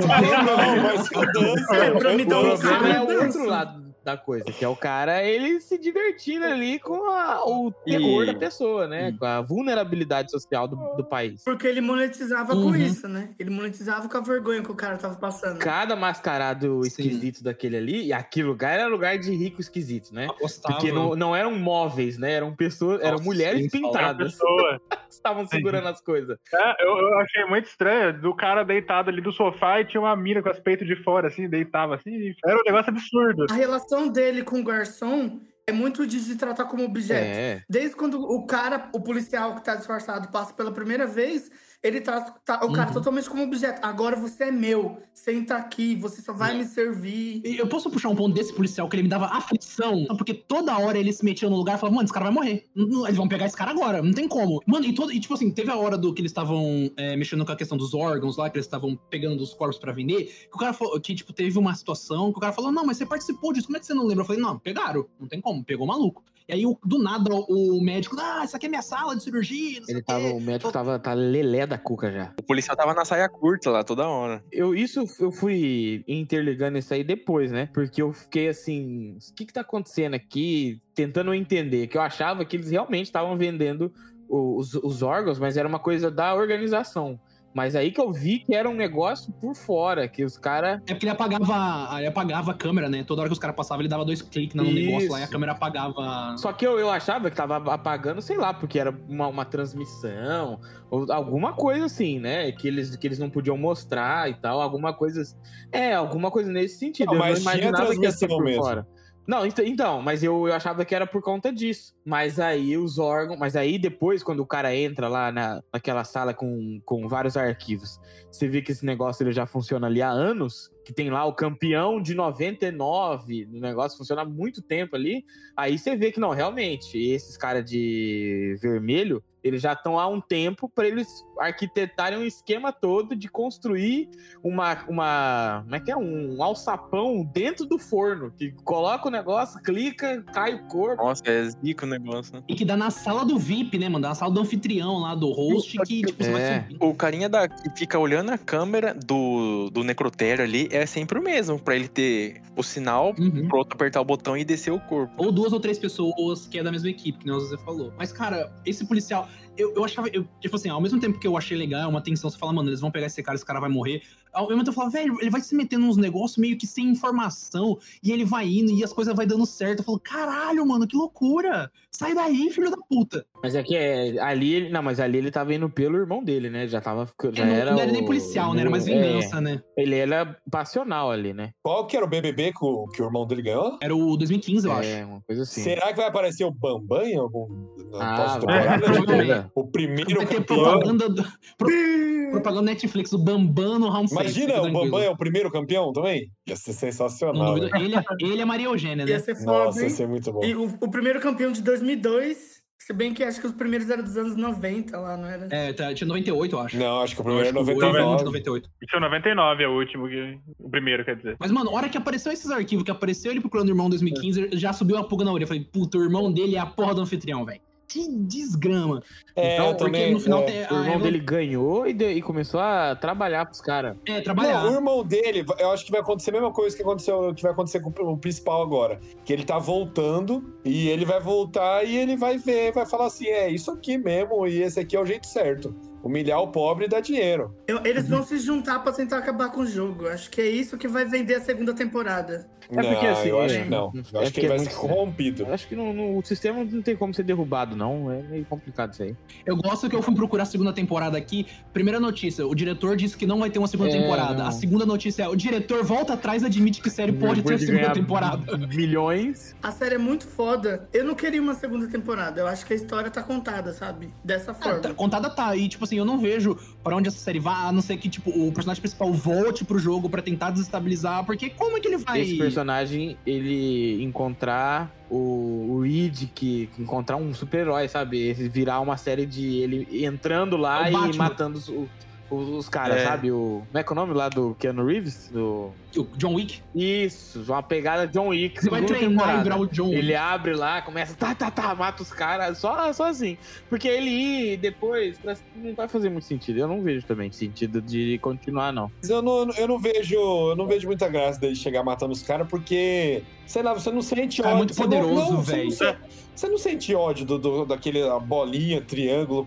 Speaker 4: Não, mas eu danço.
Speaker 6: É, pra mim
Speaker 1: O
Speaker 4: Então
Speaker 6: dar um
Speaker 1: problema é
Speaker 6: carro,
Speaker 1: o
Speaker 6: eu
Speaker 1: outro
Speaker 6: danço.
Speaker 1: lado da coisa, que é o cara, ele se divertindo ali com a- o terror
Speaker 5: E-
Speaker 1: da pessoa, né? Com a vulnerabilidade social do, do país.
Speaker 6: Porque ele monetizava
Speaker 2: Uhum.
Speaker 6: com isso, né? Ele monetizava com a vergonha que o cara tava passando.
Speaker 1: Cada mascarado
Speaker 2: Sim.
Speaker 1: esquisito daquele ali, e aquele lugar era lugar de rico esquisito, né?
Speaker 2: Apostava.
Speaker 1: Porque não, não eram móveis, né? Eram pessoas, eram
Speaker 2: um Nossa,
Speaker 1: mulheres
Speaker 2: sim, fala.
Speaker 3: Era
Speaker 1: pintadas.
Speaker 3: pessoa.
Speaker 1: estavam segurando as coisas.
Speaker 3: É, eu, eu achei muito estranho do cara deitado ali do sofá e tinha uma mina com as peitos de fora, assim, deitava assim. e Era um negócio absurdo.
Speaker 6: A relação dele com o garçom é muito de se tratar como objeto.
Speaker 1: É.
Speaker 6: Desde quando o cara, o policial que tá disfarçado, passa pela primeira vez, ele trata tá- o cara
Speaker 2: Uhum.
Speaker 6: totalmente como objeto. Agora você é meu, senta aqui, você só vai me servir.
Speaker 2: E Eu posso puxar um ponto desse policial que ele me dava aflição, só porque toda hora ele se metia no lugar e falava, mano, esse cara vai morrer. Não- não- Eles vão pegar esse cara agora, não tem como. Mano, e, todo, e tipo assim, teve a hora do que eles estavam é, mexendo com a questão dos órgãos lá, que eles estavam pegando os corpos pra vender, que o cara falou, que tipo, teve uma situação que o cara falou, não, mas você participou disso, como é que você não lembra? Eu falei, não, pegaram, não tem como, pegou o maluco. E aí, o- do nada, o, o médico, ah, isso aqui é minha sala de cirurgia, não sei
Speaker 1: Ele
Speaker 2: o quê.
Speaker 1: tava, o médico tava tá lelé da cuca já.
Speaker 5: O policial tava na saia curta lá toda hora.
Speaker 1: Eu, isso eu fui interligando isso aí depois, né? Porque eu fiquei assim, o que que tá acontecendo aqui? Tentando entender, que eu achava que eles realmente estavam vendendo o- os, os órgãos, mas era uma coisa da organização. Mas aí que eu vi que era um negócio por fora, que os caras.
Speaker 2: É porque ele apagava, ele apagava a câmera, né? Toda hora que os caras passavam, ele dava dois cliques no
Speaker 1: Isso.
Speaker 2: negócio lá e a câmera apagava.
Speaker 1: Só que eu, eu achava que tava apagando, sei lá, porque era uma, uma transmissão, ou alguma coisa assim, né? Que eles, que eles não podiam mostrar e tal, alguma coisa. assim. É, alguma coisa nesse sentido.
Speaker 4: Não,
Speaker 1: eu
Speaker 4: mas
Speaker 1: não
Speaker 4: tinha
Speaker 1: imaginava que ia ser
Speaker 4: transmissão
Speaker 1: por
Speaker 4: mesmo.
Speaker 1: fora. Não, ent- então, mas eu, eu achava que era por conta disso. Mas aí os órgãos. Mas aí depois, quando o cara entra lá na, naquela sala com, com vários arquivos, você vê que esse negócio ele já funciona ali há anos. Que tem lá o campeão de 99. O negócio funciona há muito tempo ali. Aí você vê que não, realmente, esses caras de vermelho, eles já estão há um tempo para eles arquitetarem um esquema todo de construir uma. uma como é que é? Um alçapão dentro do forno. Que coloca o negócio, clica, cai o corpo.
Speaker 5: Nossa, é zico o negócio, né?
Speaker 2: E que dá na sala do VIP, né, mano? Dá na sala do anfitrião lá, do host, que, tipo, você
Speaker 1: É.
Speaker 2: vai subir.
Speaker 5: O carinha da, que fica olhando a câmera do, do necrotério ali é sempre o mesmo, pra ele ter o sinal
Speaker 2: Uhum.
Speaker 5: pro outro apertar o botão e descer o corpo.
Speaker 2: Ou duas ou três pessoas que é da mesma equipe, que nem o Zé falou. Mas, cara, esse policial, eu, eu achava. Eu, tipo assim, ao mesmo tempo que eu achei legal, é uma tensão, você fala, mano, eles vão pegar esse cara, esse cara vai morrer. Ao mesmo tempo eu falava, velho, ele vai se metendo nos negócios meio que sem informação, e ele vai indo, e as coisas vai dando certo. Eu falo, caralho, mano, que loucura! Sai daí, filho da puta!
Speaker 1: Mas é que é, ali ele. Não, mas ali ele tava indo pelo irmão dele, né? Já tava ficando. Já
Speaker 2: É, não,
Speaker 1: era
Speaker 2: não era nem
Speaker 1: o-
Speaker 2: policial, né? Era mais
Speaker 1: é,
Speaker 2: vingança, né?
Speaker 1: ele era passional ali, né?
Speaker 4: Qual que era o BBB que o, que o irmão dele ganhou?
Speaker 2: Era o 2015, eu acho.
Speaker 1: É, uma coisa assim.
Speaker 4: Será que vai aparecer o Bambam em algum
Speaker 1: Ah,
Speaker 4: na pós-temporada?
Speaker 2: vai.
Speaker 1: provavelmente.
Speaker 4: O primeiro
Speaker 2: Vai ter
Speaker 4: campeão.
Speaker 2: propaganda, do, pro- propaganda Netflix, o Bambam no round six,
Speaker 4: Imagina,
Speaker 2: fica
Speaker 4: o
Speaker 2: tranquilo.
Speaker 4: Bambam é o primeiro campeão também? Ia ser
Speaker 2: Não
Speaker 4: sensacional.
Speaker 2: duvido.
Speaker 4: velho.
Speaker 2: Ele, ele é Maria Eugênia,
Speaker 6: Ia
Speaker 2: né?
Speaker 6: ser foda,
Speaker 4: Nossa, ia
Speaker 6: hein?
Speaker 4: ser muito bom.
Speaker 6: E o, o primeiro campeão de 2002, se bem que acho que os primeiros eram dos anos 90 lá, não era?
Speaker 2: É, tá- tinha 98, eu acho.
Speaker 4: Não, acho que o primeiro é
Speaker 2: Acho que o Bambam é de
Speaker 4: 99.
Speaker 2: 98.
Speaker 3: Isso é 99, é o último, que- o primeiro, quer dizer.
Speaker 2: Mas, mano, a hora que apareceu esses arquivos, que apareceu ele procurando o irmão em 2015, já subiu a pulga na orelha. Eu Falei, puta, o irmão dele é a porra do anfitrião, velho. Que desgrama.
Speaker 4: É, eu
Speaker 2: Então, porque
Speaker 4: também.
Speaker 2: no final
Speaker 4: é.
Speaker 2: tem ah, a
Speaker 1: O irmão
Speaker 2: Eva-
Speaker 1: dele ganhou e, de- e começou a trabalhar pros caras.
Speaker 2: É,
Speaker 4: Não,
Speaker 2: trabalhar.
Speaker 4: o irmão dele, eu acho que vai acontecer a mesma coisa que aconteceu, que vai acontecer com o principal agora. Que ele tá voltando e ele vai voltar e ele vai ver, vai falar assim: é isso aqui mesmo, e esse aqui é o jeito certo. Humilhar o pobre e dar dinheiro.
Speaker 6: Eu- eles vão se juntar pra tentar acabar com o jogo. Acho que é isso que vai vender a segunda temporada.
Speaker 1: É
Speaker 4: não,
Speaker 1: porque, assim,
Speaker 4: eu acho
Speaker 1: é-
Speaker 4: que não.
Speaker 1: é
Speaker 4: Eu acho que
Speaker 1: porque
Speaker 4: ele
Speaker 1: é
Speaker 4: vai
Speaker 1: muito-
Speaker 4: ser corrompido.
Speaker 1: Eu acho que não- não- o sistema não tem como ser derrubado, não. É meio complicado isso aí.
Speaker 2: Eu gosto que eu fui procurar a segunda temporada aqui. Primeira notícia, o diretor disse que não vai ter uma segunda
Speaker 1: É,
Speaker 2: temporada.
Speaker 1: não.
Speaker 2: A segunda notícia é, o diretor volta atrás e admite que série pode ter
Speaker 1: Um Depois de
Speaker 2: segunda
Speaker 1: ganhar
Speaker 2: temporada.
Speaker 1: Milhões.
Speaker 6: A série é muito foda. Eu não queria uma segunda temporada. Eu acho que a história tá contada, sabe? Dessa
Speaker 2: Ah, tá-
Speaker 6: forma.
Speaker 2: contada tá. E, tipo assim, eu não vejo pra onde essa série vai, a não ser que, tipo, o personagem principal volte pro jogo pra tentar desestabilizar, porque como é que ele vai.
Speaker 1: Esse personagem, ele encontrar o, o Reed, que que encontrar um super-herói, sabe? Esse virar uma série de ele entrando lá
Speaker 2: É o
Speaker 1: e
Speaker 2: Batman.
Speaker 1: matando os, o- os, os caras,
Speaker 5: É.
Speaker 1: sabe? O, como é que é o nome lá do Keanu Reeves? Do...
Speaker 2: O John Wick?
Speaker 1: Isso, uma pegada John Wick.
Speaker 2: Você vai um
Speaker 1: segunda
Speaker 2: treinar
Speaker 1: temporada.
Speaker 2: e virar o John Wick.
Speaker 1: Ele é- abre lá, começa, tá, tá, tá, mata os caras, só, só assim. Porque ele ir depois, parece que não vai fazer muito sentido. Eu não vejo também sentido de continuar, não.
Speaker 4: Mas eu não, eu não vejo, eu não vejo muita graça dele chegar matando os caras, porque, sei lá, você não sente
Speaker 2: Cara, é
Speaker 4: ódio.
Speaker 2: muito
Speaker 4: você não-
Speaker 2: poderoso,
Speaker 4: não, você
Speaker 2: velho.
Speaker 4: não se- Você não sente ódio do, do- daquele a bolinha, triângulo,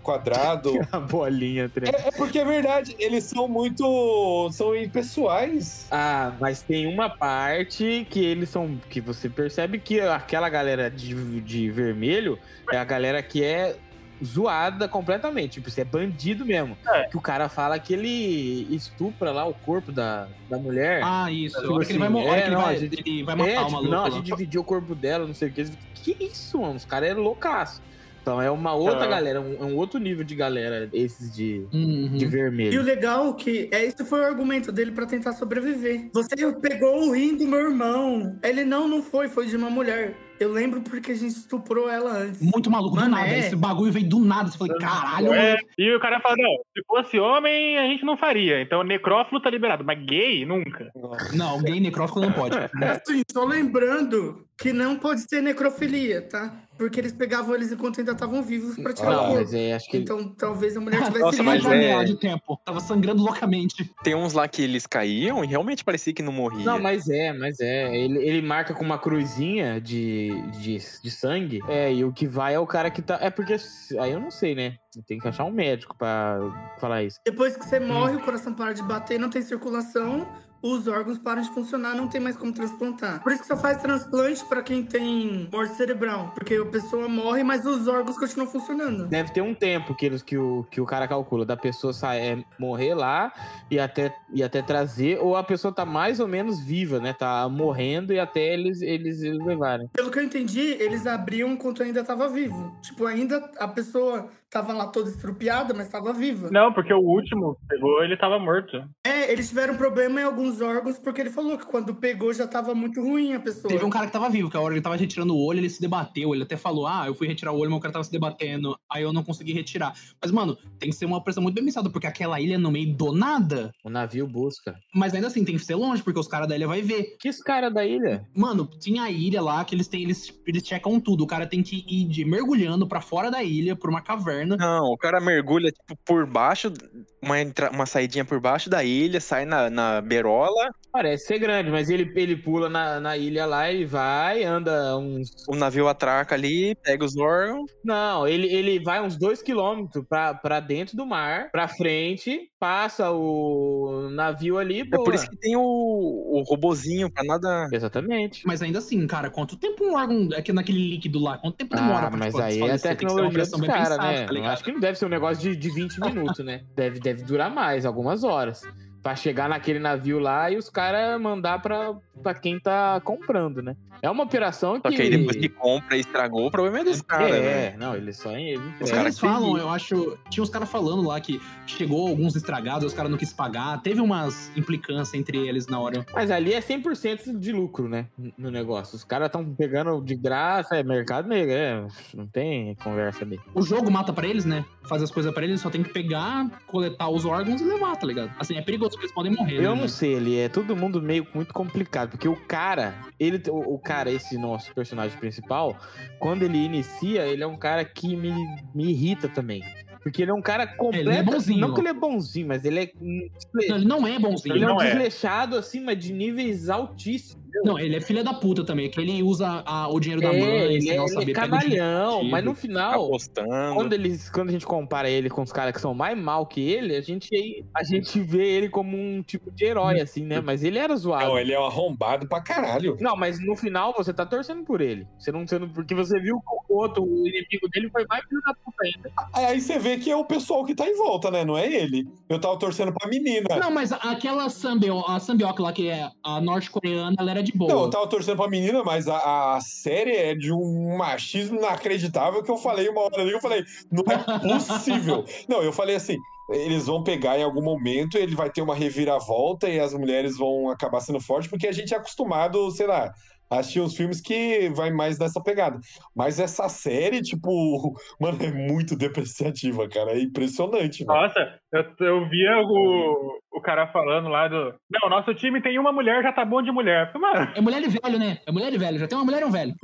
Speaker 4: quadrado.
Speaker 1: A bolinha, tre...
Speaker 4: é, é porque é verdade, eles são muito. são impessoais.
Speaker 1: Ah, mas tem uma parte que eles são. que você percebe que aquela galera de, de vermelho é a galera que é zoada completamente. Tipo, você é bandido mesmo. Que o cara fala que ele estupra lá o corpo da, da mulher.
Speaker 2: Ah, isso.
Speaker 1: Tipo
Speaker 2: a hora que ele vai
Speaker 1: assim,
Speaker 2: morrer,
Speaker 1: é,
Speaker 2: ele,
Speaker 1: não,
Speaker 2: vai,
Speaker 1: a gente-
Speaker 2: ele vai matar
Speaker 1: é,
Speaker 2: o
Speaker 1: tipo,
Speaker 2: maluco. né?
Speaker 1: Não, a
Speaker 2: lá.
Speaker 1: gente dividiu o corpo dela, não sei o que. Que isso, mano? Os caras é loucaço. Então é uma outra
Speaker 3: É.
Speaker 1: galera, um, é um outro nível de galera, esses de,
Speaker 2: Uhum.
Speaker 1: de
Speaker 6: E o
Speaker 1: vermelho.
Speaker 6: legal é que é isso foi o argumento dele pra tentar sobreviver. Você pegou o rim do meu irmão. Ele não, não foi, foi de uma mulher. Eu lembro porque a gente estuprou ela antes.
Speaker 2: Muito maluco, do
Speaker 6: Mano,
Speaker 2: nada.
Speaker 6: é.
Speaker 2: Esse bagulho veio do nada. Você falei, caralho,
Speaker 3: É, e o cara fala, não, se fosse homem, a gente não faria. Então necrófilo tá liberado, mas gay, nunca.
Speaker 2: Não, gay necrófilo não pode.
Speaker 6: Assim, só lembrando que não pode ser necrofilia, tá? Porque eles pegavam eles enquanto ainda estavam vivos pra tirar o
Speaker 1: Não,
Speaker 6: corpo.
Speaker 1: mas é, acho que.
Speaker 6: Então talvez a mulher tivesse
Speaker 5: Nossa,
Speaker 2: Tinha
Speaker 5: mas
Speaker 2: uma
Speaker 5: é-
Speaker 2: janela de tempo. Tava sangrando loucamente.
Speaker 5: Tem uns lá que eles
Speaker 6: Então,
Speaker 5: caíam e realmente parecia que não morria.
Speaker 1: Não, mas é, mas é. Ele, ele marca com uma cruzinha de de, de, de sangue. É, e o que vai é o cara que tá. É porque. Aí eu não sei, né? Tem que achar um médico pra falar isso.
Speaker 6: Depois que você morre, o coração para de bater, não tem circulação, os órgãos param de funcionar, não tem mais como transplantar. Por isso que só faz transplante pra quem tem morte cerebral, porque a pessoa morre, mas os órgãos continuam funcionando.
Speaker 1: Deve ter um tempo que, eles, que, o, que o cara calcula da pessoa sai, é, morrer lá e até, e até trazer, ou a pessoa tá mais ou menos viva, né? Tá morrendo e até eles, eles, eles levarem.
Speaker 6: Pelo que eu entendi, eles abriam enquanto ainda tava vivo. Tipo, ainda a pessoa tava lá toda estrupiada, mas tava viva.
Speaker 3: Não, porque o último que pegou, ele tava morto.
Speaker 6: É, eles tiveram problema em alguns órgãos, porque ele falou que quando pegou já tava muito ruim a pessoa.
Speaker 2: Teve um cara que tava vivo, que a hora ele tava retirando o olho, ele se debateu. Ele até falou: Ah, eu fui retirar o olho, mas o cara tava se debatendo. Aí eu não consegui retirar. Mas, mano, tem que ser uma pressão muito bem pensada, porque aquela ilha é no meio do nada.
Speaker 1: O navio busca.
Speaker 2: Mas ainda assim, tem que ser longe, porque os caras da ilha vai ver.
Speaker 1: Que esse cara da ilha?
Speaker 2: Mano, tinha a ilha lá que eles têm, eles, eles checam tudo. O cara tem que ir de mergulhando pra fora da ilha, por uma caverna.
Speaker 1: Ah.
Speaker 5: Não, o cara mergulha, tipo, por baixo, uma, entra- uma saidinha por baixo da ilha, sai na, na berola,
Speaker 1: Parece ser grande, mas ele, ele pula na, na ilha lá, ele vai, anda uns.
Speaker 5: o navio atraca ali, pega os órgãos.
Speaker 1: Não, ele, ele vai uns dois quilômetros pra, pra dentro do mar, pra frente, passa o navio ali,
Speaker 5: É
Speaker 1: boa.
Speaker 5: por isso que tem o, o robozinho pra nada.
Speaker 1: Exatamente.
Speaker 2: Mas ainda assim, cara, quanto tempo um órgão aqui naquele líquido lá? Quanto tempo demora
Speaker 1: ah, mas
Speaker 2: tipo,
Speaker 1: aí é a
Speaker 2: desfalecer? Tem que ser uma
Speaker 1: tecnologia
Speaker 2: pressão
Speaker 1: dos
Speaker 2: bem
Speaker 1: caras,
Speaker 2: pensada,
Speaker 1: né?
Speaker 2: tá
Speaker 1: Eu
Speaker 2: ligado?
Speaker 1: acho que não deve ser um negócio de, de 20 minutos, né? Deve, deve durar mais, algumas horas. Pra chegar naquele navio lá e os caras mandar pra, pra quem tá comprando, né? É uma operação
Speaker 5: Só
Speaker 1: que...
Speaker 5: que aí depois que compra e estragou, o problema é dos caras, né?
Speaker 1: É, não, eles só... Eles
Speaker 2: Os
Speaker 5: Os
Speaker 1: entregam.
Speaker 5: cara
Speaker 2: caras
Speaker 5: que
Speaker 2: falam,
Speaker 5: fez
Speaker 2: eu acho. Tinha uns caras falando lá que chegou alguns estragados, os caras não quis pagar. Teve umas implicâncias entre eles na hora.
Speaker 1: Mas ali é 100% de lucro, né? No negócio. Os caras estão pegando de graça, é mercado negro, é. Não tem conversa ali.
Speaker 2: O jogo mata pra eles, né? Faz as coisas pra eles, só tem que pegar, coletar os órgãos e levar, tá ligado? Assim, é perigoso porque eles podem morrer.
Speaker 1: Eu
Speaker 2: né?
Speaker 1: não sei, ele é todo mundo meio muito complicado, porque o cara, ele o, o cara esse nosso personagem principal, quando ele inicia, ele é um cara que me, me irrita também. Porque ele é um cara completo,
Speaker 2: bonzinho.
Speaker 1: não que ele é bonzinho, mas ele é um desle-
Speaker 2: Não, ele não é bonzinho.
Speaker 1: ele é um
Speaker 3: não é.
Speaker 1: desleixado assim, mas de níveis altíssimos.
Speaker 2: Não, ele é filha da puta também, que ele usa a- o dinheiro da
Speaker 1: É,
Speaker 2: mãe,
Speaker 1: ele,
Speaker 2: sem
Speaker 1: é,
Speaker 2: ela
Speaker 1: ele é
Speaker 2: saber. pega o dinheiro.
Speaker 1: cagalhão, mas no final,
Speaker 5: Tá Apostando.
Speaker 1: quando eles quando a gente compara ele com os caras que são mais mal que ele a gente a gente vê ele como um tipo de herói assim né mas ele era zoado
Speaker 4: Não, ele é um arrombado pra caralho.
Speaker 1: não mas no final você tá torcendo por ele você não sendo porque você viu que o outro o inimigo dele foi mais filho da puta ainda
Speaker 4: Aí você vê que é o pessoal que tá em volta, né? Não é ele. Eu tava torcendo pra menina.
Speaker 2: Não, mas aquela sambio, a sambioca lá, que é a norte-coreana, ela era de boa.
Speaker 4: Não, eu tava torcendo pra menina, mas a, a série é de um machismo inacreditável que eu falei uma hora ali, eu falei, não é possível. não, eu falei assim, eles vão pegar em algum momento, ele vai ter uma reviravolta e as mulheres vão acabar sendo fortes, porque a gente é acostumado, sei lá, a assistir uns filmes que vai mais nessa pegada. Mas essa série, tipo, mano, é muito depreciativa, cara. É impressionante, mano.
Speaker 3: Nossa, eu, eu via o, o cara falando lá do. Não, nosso time tem uma mulher, já tá bom de mulher. Falei, Mano,
Speaker 2: É mulher e velho, né? É mulher e velho. Já tem uma mulher e um velho.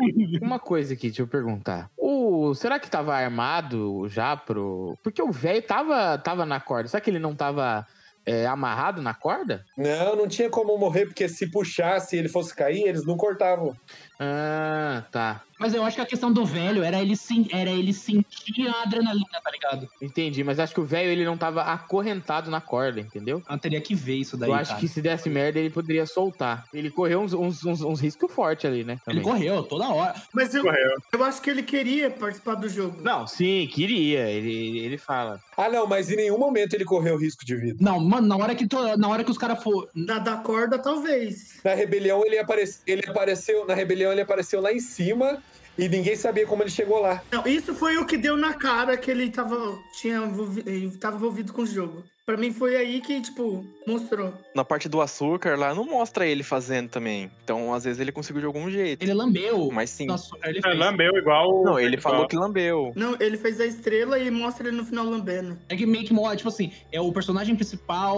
Speaker 1: uma coisa aqui deixa eu perguntar o será que tava armado já pro porque o velho tava tava na corda será que ele não tava é, amarrado na corda
Speaker 4: Não, não tinha como morrer, porque se puxasse e ele fosse cair, eles não cortavam.
Speaker 1: ah tá
Speaker 2: Mas eu acho que a questão do velho era ele, sen- era ele sentir a adrenalina, tá ligado?
Speaker 1: entendi mas acho que o velho ele não tava acorrentado na corda entendeu
Speaker 2: Eu Ah, teria que ver isso daí,
Speaker 1: eu acho
Speaker 2: cara.
Speaker 1: que se desse merda, ele poderia soltar. Ele correu uns, uns, uns, uns riscos fortes ali, né?
Speaker 2: Ele
Speaker 1: também.
Speaker 2: correu toda hora.
Speaker 6: Mas eu,
Speaker 3: correu.
Speaker 6: eu acho que ele queria participar do jogo.
Speaker 1: Não, sim, queria. Ele, ele fala.
Speaker 4: Ah, não, mas em nenhum momento ele correu risco de vida.
Speaker 2: Não, mano, na hora que, to- na hora que os caras for.
Speaker 6: Na da corda, talvez.
Speaker 4: Na rebelião ele, aparece, ele apareceu, na rebelião ele apareceu lá em cima e ninguém sabia como ele chegou lá.
Speaker 6: Não, isso foi o que deu na cara que ele tava, tinha envolvi- eh, tava envolvido com o jogo. Pra mim foi aí que, tipo, mostrou.
Speaker 5: Na parte do açúcar lá, não mostra ele fazendo também. Então, às vezes, ele conseguiu de algum jeito.
Speaker 2: Ele lambeu.
Speaker 5: Mas sim.
Speaker 2: Nossa, ele
Speaker 3: É,
Speaker 2: fez.
Speaker 3: lambeu igual. o-
Speaker 5: Não, ele
Speaker 3: igual.
Speaker 5: falou que lambeu.
Speaker 6: Não, ele fez a estrela e mostra ele no final lambendo.
Speaker 2: É que meio que mora, tipo assim, é o personagem principal,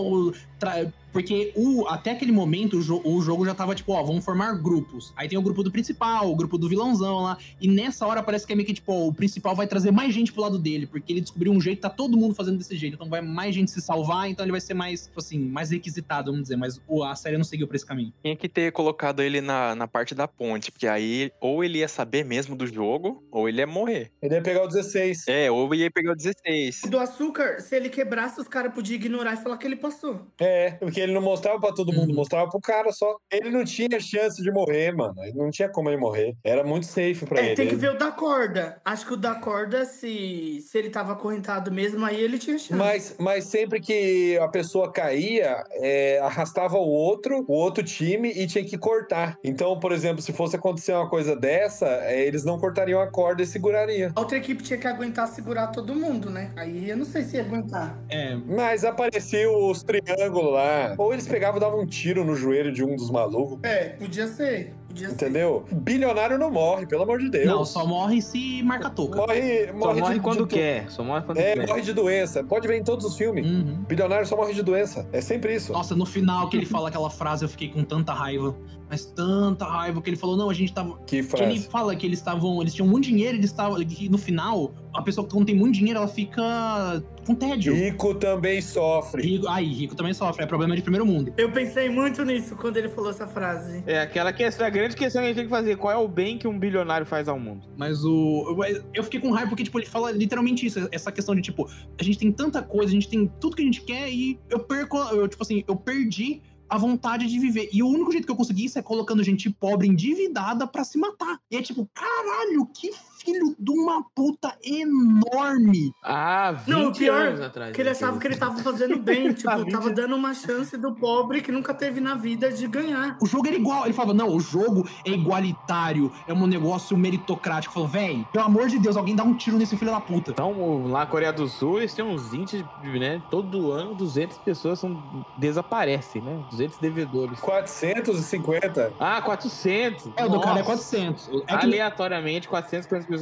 Speaker 2: tra- Porque o, até aquele momento o, jo- o jogo já tava tipo, ó, vamos formar grupos. Aí tem o grupo do principal, o grupo do vilãozão lá. E nessa hora parece que é meio que tipo, ó, o principal vai trazer mais gente pro lado dele, porque ele descobriu um jeito, tá todo mundo fazendo desse jeito. Então vai mais gente se salvar, então ele vai ser mais, tipo assim, mais requisitado, vamos dizer. Mas pô, a série não seguiu pra esse caminho.
Speaker 5: Tinha que ter colocado ele na, na parte da ponte, porque aí ou ele ia saber mesmo do jogo, ou ele ia morrer.
Speaker 4: Ele ia pegar o 16.
Speaker 5: É, ou ia pegar o 16.
Speaker 6: Do açúcar, se ele quebrasse, os caras podiam ignorar e falar que ele passou.
Speaker 4: É, porque ele não mostrava pra todo mundo,
Speaker 2: Uhum.
Speaker 4: mostrava pro cara só. Ele não tinha chance de morrer, mano. Ele não tinha como ele morrer. Era muito safe pra
Speaker 6: é,
Speaker 4: ele.
Speaker 6: tem que ver o da corda. Acho que o da corda, se, se ele tava acorrentado mesmo, aí ele tinha chance.
Speaker 4: Mas, mas sempre que a pessoa caía, é, arrastava o outro, o outro time, e tinha que cortar. Então, por exemplo, se fosse acontecer uma coisa dessa, é, eles não cortariam a corda e segurariam.
Speaker 6: A outra equipe tinha que aguentar segurar todo mundo, né? Aí eu não sei se ia aguentar.
Speaker 2: É,
Speaker 4: Mas apareciam os triângulos lá. Ou eles pegavam e davam um tiro no joelho de um dos malucos.
Speaker 6: É, podia ser. Podia ser.
Speaker 4: Entendeu? Bilionário não morre, pelo amor de Deus.
Speaker 2: não, só morre se marca a touca.
Speaker 4: Morre,
Speaker 1: Só
Speaker 4: morre,
Speaker 1: morre
Speaker 4: de-
Speaker 1: quando
Speaker 4: de-
Speaker 1: quer. Só morre quando
Speaker 4: É,
Speaker 1: quer.
Speaker 4: morre de doença. Pode ver em todos os filmes.
Speaker 2: Uhum.
Speaker 4: Bilionário só morre de doença. É sempre isso.
Speaker 2: Nossa, no final que ele fala aquela frase, eu fiquei com tanta raiva. Mas tanta raiva que ele falou, não, a gente tava.
Speaker 4: Que
Speaker 2: Que ele
Speaker 4: frase.
Speaker 2: fala que eles estavam. Eles tinham muito dinheiro, eles estavam. Que no final, a pessoa que não tem muito dinheiro, ela fica com tédio.
Speaker 4: Rico também sofre.
Speaker 2: Rico, ai, rico também sofre, é problema de primeiro mundo.
Speaker 6: Eu pensei muito nisso quando ele falou essa frase.
Speaker 1: É aquela questão, a grande questão que a gente tem que fazer. Qual é o bem que um bilionário faz ao mundo?
Speaker 2: Mas o. eu- Eu fiquei com raiva porque, tipo, ele fala literalmente isso. Essa questão de, tipo, a gente tem tanta coisa, a gente tem tudo que a gente quer e eu perco. Eu, tipo assim, eu perdi a vontade de viver. E o único jeito que eu consegui isso é colocando gente pobre endividada pra se matar. E é tipo, caralho, que filho de uma puta enorme.
Speaker 1: Ah, 20
Speaker 6: Não, o pior
Speaker 1: anos atrás. né,
Speaker 6: Porque ele achava que ele tava fazendo bem, tipo, tava dando uma chance do pobre que nunca teve na vida de ganhar.
Speaker 2: O jogo era igual. Ele falava, não, o jogo é igualitário, é um negócio meritocrático. Falou, véi, pelo amor de Deus, alguém dá um tiro nesse filho da puta.
Speaker 1: Então, lá na Coreia do Sul, eles têm uns índices, né? Todo ano, 200 pessoas são, desaparecem, né? 200 devedores.
Speaker 4: 450.
Speaker 1: Ah, 400!
Speaker 2: É, o do cara é
Speaker 1: Nossa.
Speaker 2: 400. É que
Speaker 1: Aleatoriamente, 450 pessoas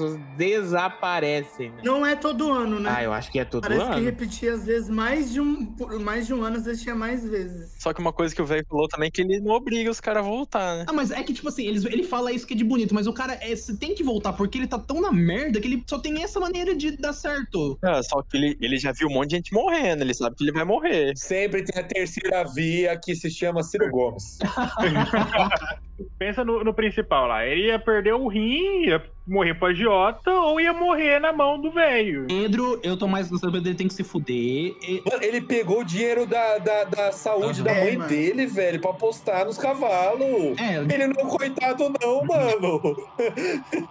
Speaker 1: desaparecem, né?
Speaker 6: Não é todo ano, né?
Speaker 1: Ah, eu acho que é todo
Speaker 6: Parece que
Speaker 1: ano.
Speaker 6: repetia às vezes mais de um, por mais de um ano, às vezes tinha mais vezes.
Speaker 5: Só que uma coisa que o velho falou também é que ele não obriga os caras a voltar, né?
Speaker 2: Ah, mas é que, tipo assim, eles, ele fala isso que é de bonito, mas o cara é, você tem que voltar, porque ele tá tão na merda que ele só tem essa maneira de dar certo.
Speaker 5: Ah, só que ele, ele já viu um monte de gente morrendo, ele sabe que ele vai morrer.
Speaker 4: Sempre tem a terceira via que se chama Ciro Gomes.
Speaker 3: Pensa no, no principal lá. Ele ia perder o rim, ia morrer pro agiota ou ia morrer na mão do velho.
Speaker 2: Pedro, eu tô mais gostando, Pedro ele tem que se fuder. E-
Speaker 4: Mano, ele pegou o dinheiro da, da, da saúde
Speaker 2: Aham.
Speaker 4: da
Speaker 6: É,
Speaker 4: mãe
Speaker 6: mano.
Speaker 4: dele, velho, pra apostar nos cavalos.
Speaker 2: É,
Speaker 4: Ele não é um coitado, não, mano.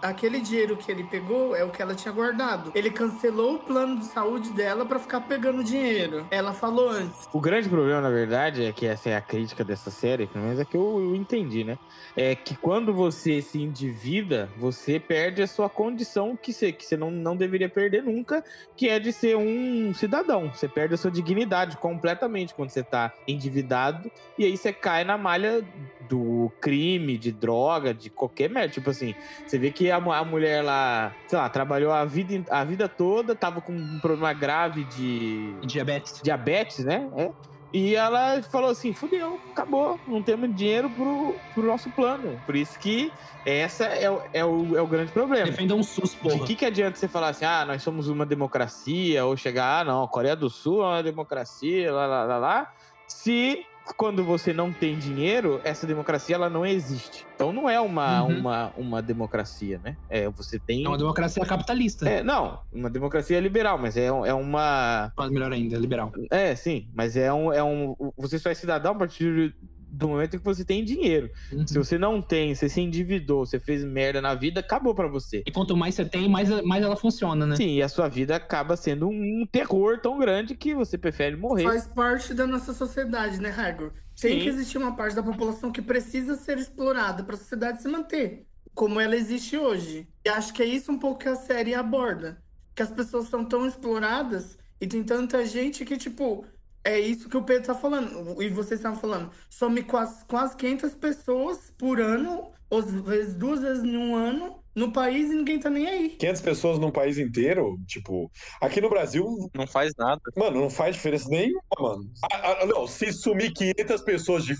Speaker 6: Aquele dinheiro que ele pegou é o que ela tinha guardado. Ele cancelou o plano de saúde dela pra ficar pegando dinheiro. Ela falou antes.
Speaker 1: O grande problema, na verdade, é que essa é a crítica dessa série, pelo menos é que eu, eu entendi, né? É que quando você se endivida, você perde a sua condição que você, que você não, não deveria perder nunca, que é de ser um cidadão. Você perde a sua dignidade completamente quando você tá endividado, e aí você cai na malha do crime, de droga, de qualquer merda. Tipo assim, você vê que a, mu- a mulher lá, sei lá, trabalhou a vida, in- a vida toda, tava com um problema grave de
Speaker 2: diabetes.
Speaker 1: diabetes, né? É. E ela falou assim: fudeu, acabou, não temos dinheiro pro, pro nosso plano. Por isso que essa é, o- é, o, é o grande problema.
Speaker 2: Defenda um SUS,
Speaker 1: De
Speaker 2: porra.
Speaker 1: que, que adianta você falar assim, ah, nós somos uma democracia, ou chegar, ah, não, a Coreia do Sul é uma democracia, lá, lá, lá, lá, se quando você não tem dinheiro, essa democracia ela não existe. Então não é uma,
Speaker 2: Uhum.
Speaker 1: uma, uma democracia, né? É, você tem.
Speaker 2: É uma democracia capitalista.
Speaker 1: É, não, uma democracia liberal, mas é, um- é uma.
Speaker 2: Mas Melhor ainda, liberal.
Speaker 1: É, sim, mas é um, é um. Você só é cidadão a partir do momento em que você tem dinheiro. Se
Speaker 2: Uhum.
Speaker 1: você não tem, você se endividou, você fez merda na vida, acabou pra você.
Speaker 2: E quanto mais você tem, mais, mais ela funciona, né?
Speaker 1: Sim, e a sua vida acaba sendo um terror tão grande que você prefere morrer.
Speaker 6: Faz parte da nossa sociedade, né, Hagor? Tem
Speaker 1: Sim.
Speaker 6: que existir uma parte da população que precisa ser explorada pra sociedade se manter, como ela existe hoje. E acho que é isso um pouco que a série aborda. Que as pessoas são tão exploradas e tem tanta gente que, tipo, é isso que o Pedro tá falando. E vocês estavam falando. Some quase, quase 500 pessoas por ano, ou às vezes duas vezes em um ano, no país e ninguém tá nem aí.
Speaker 4: 500 pessoas num país inteiro, tipo, aqui no Brasil,
Speaker 5: Não faz nada.
Speaker 4: mano, não faz diferença nenhuma, mano. Ah, ah, não, se sumir 500 pessoas de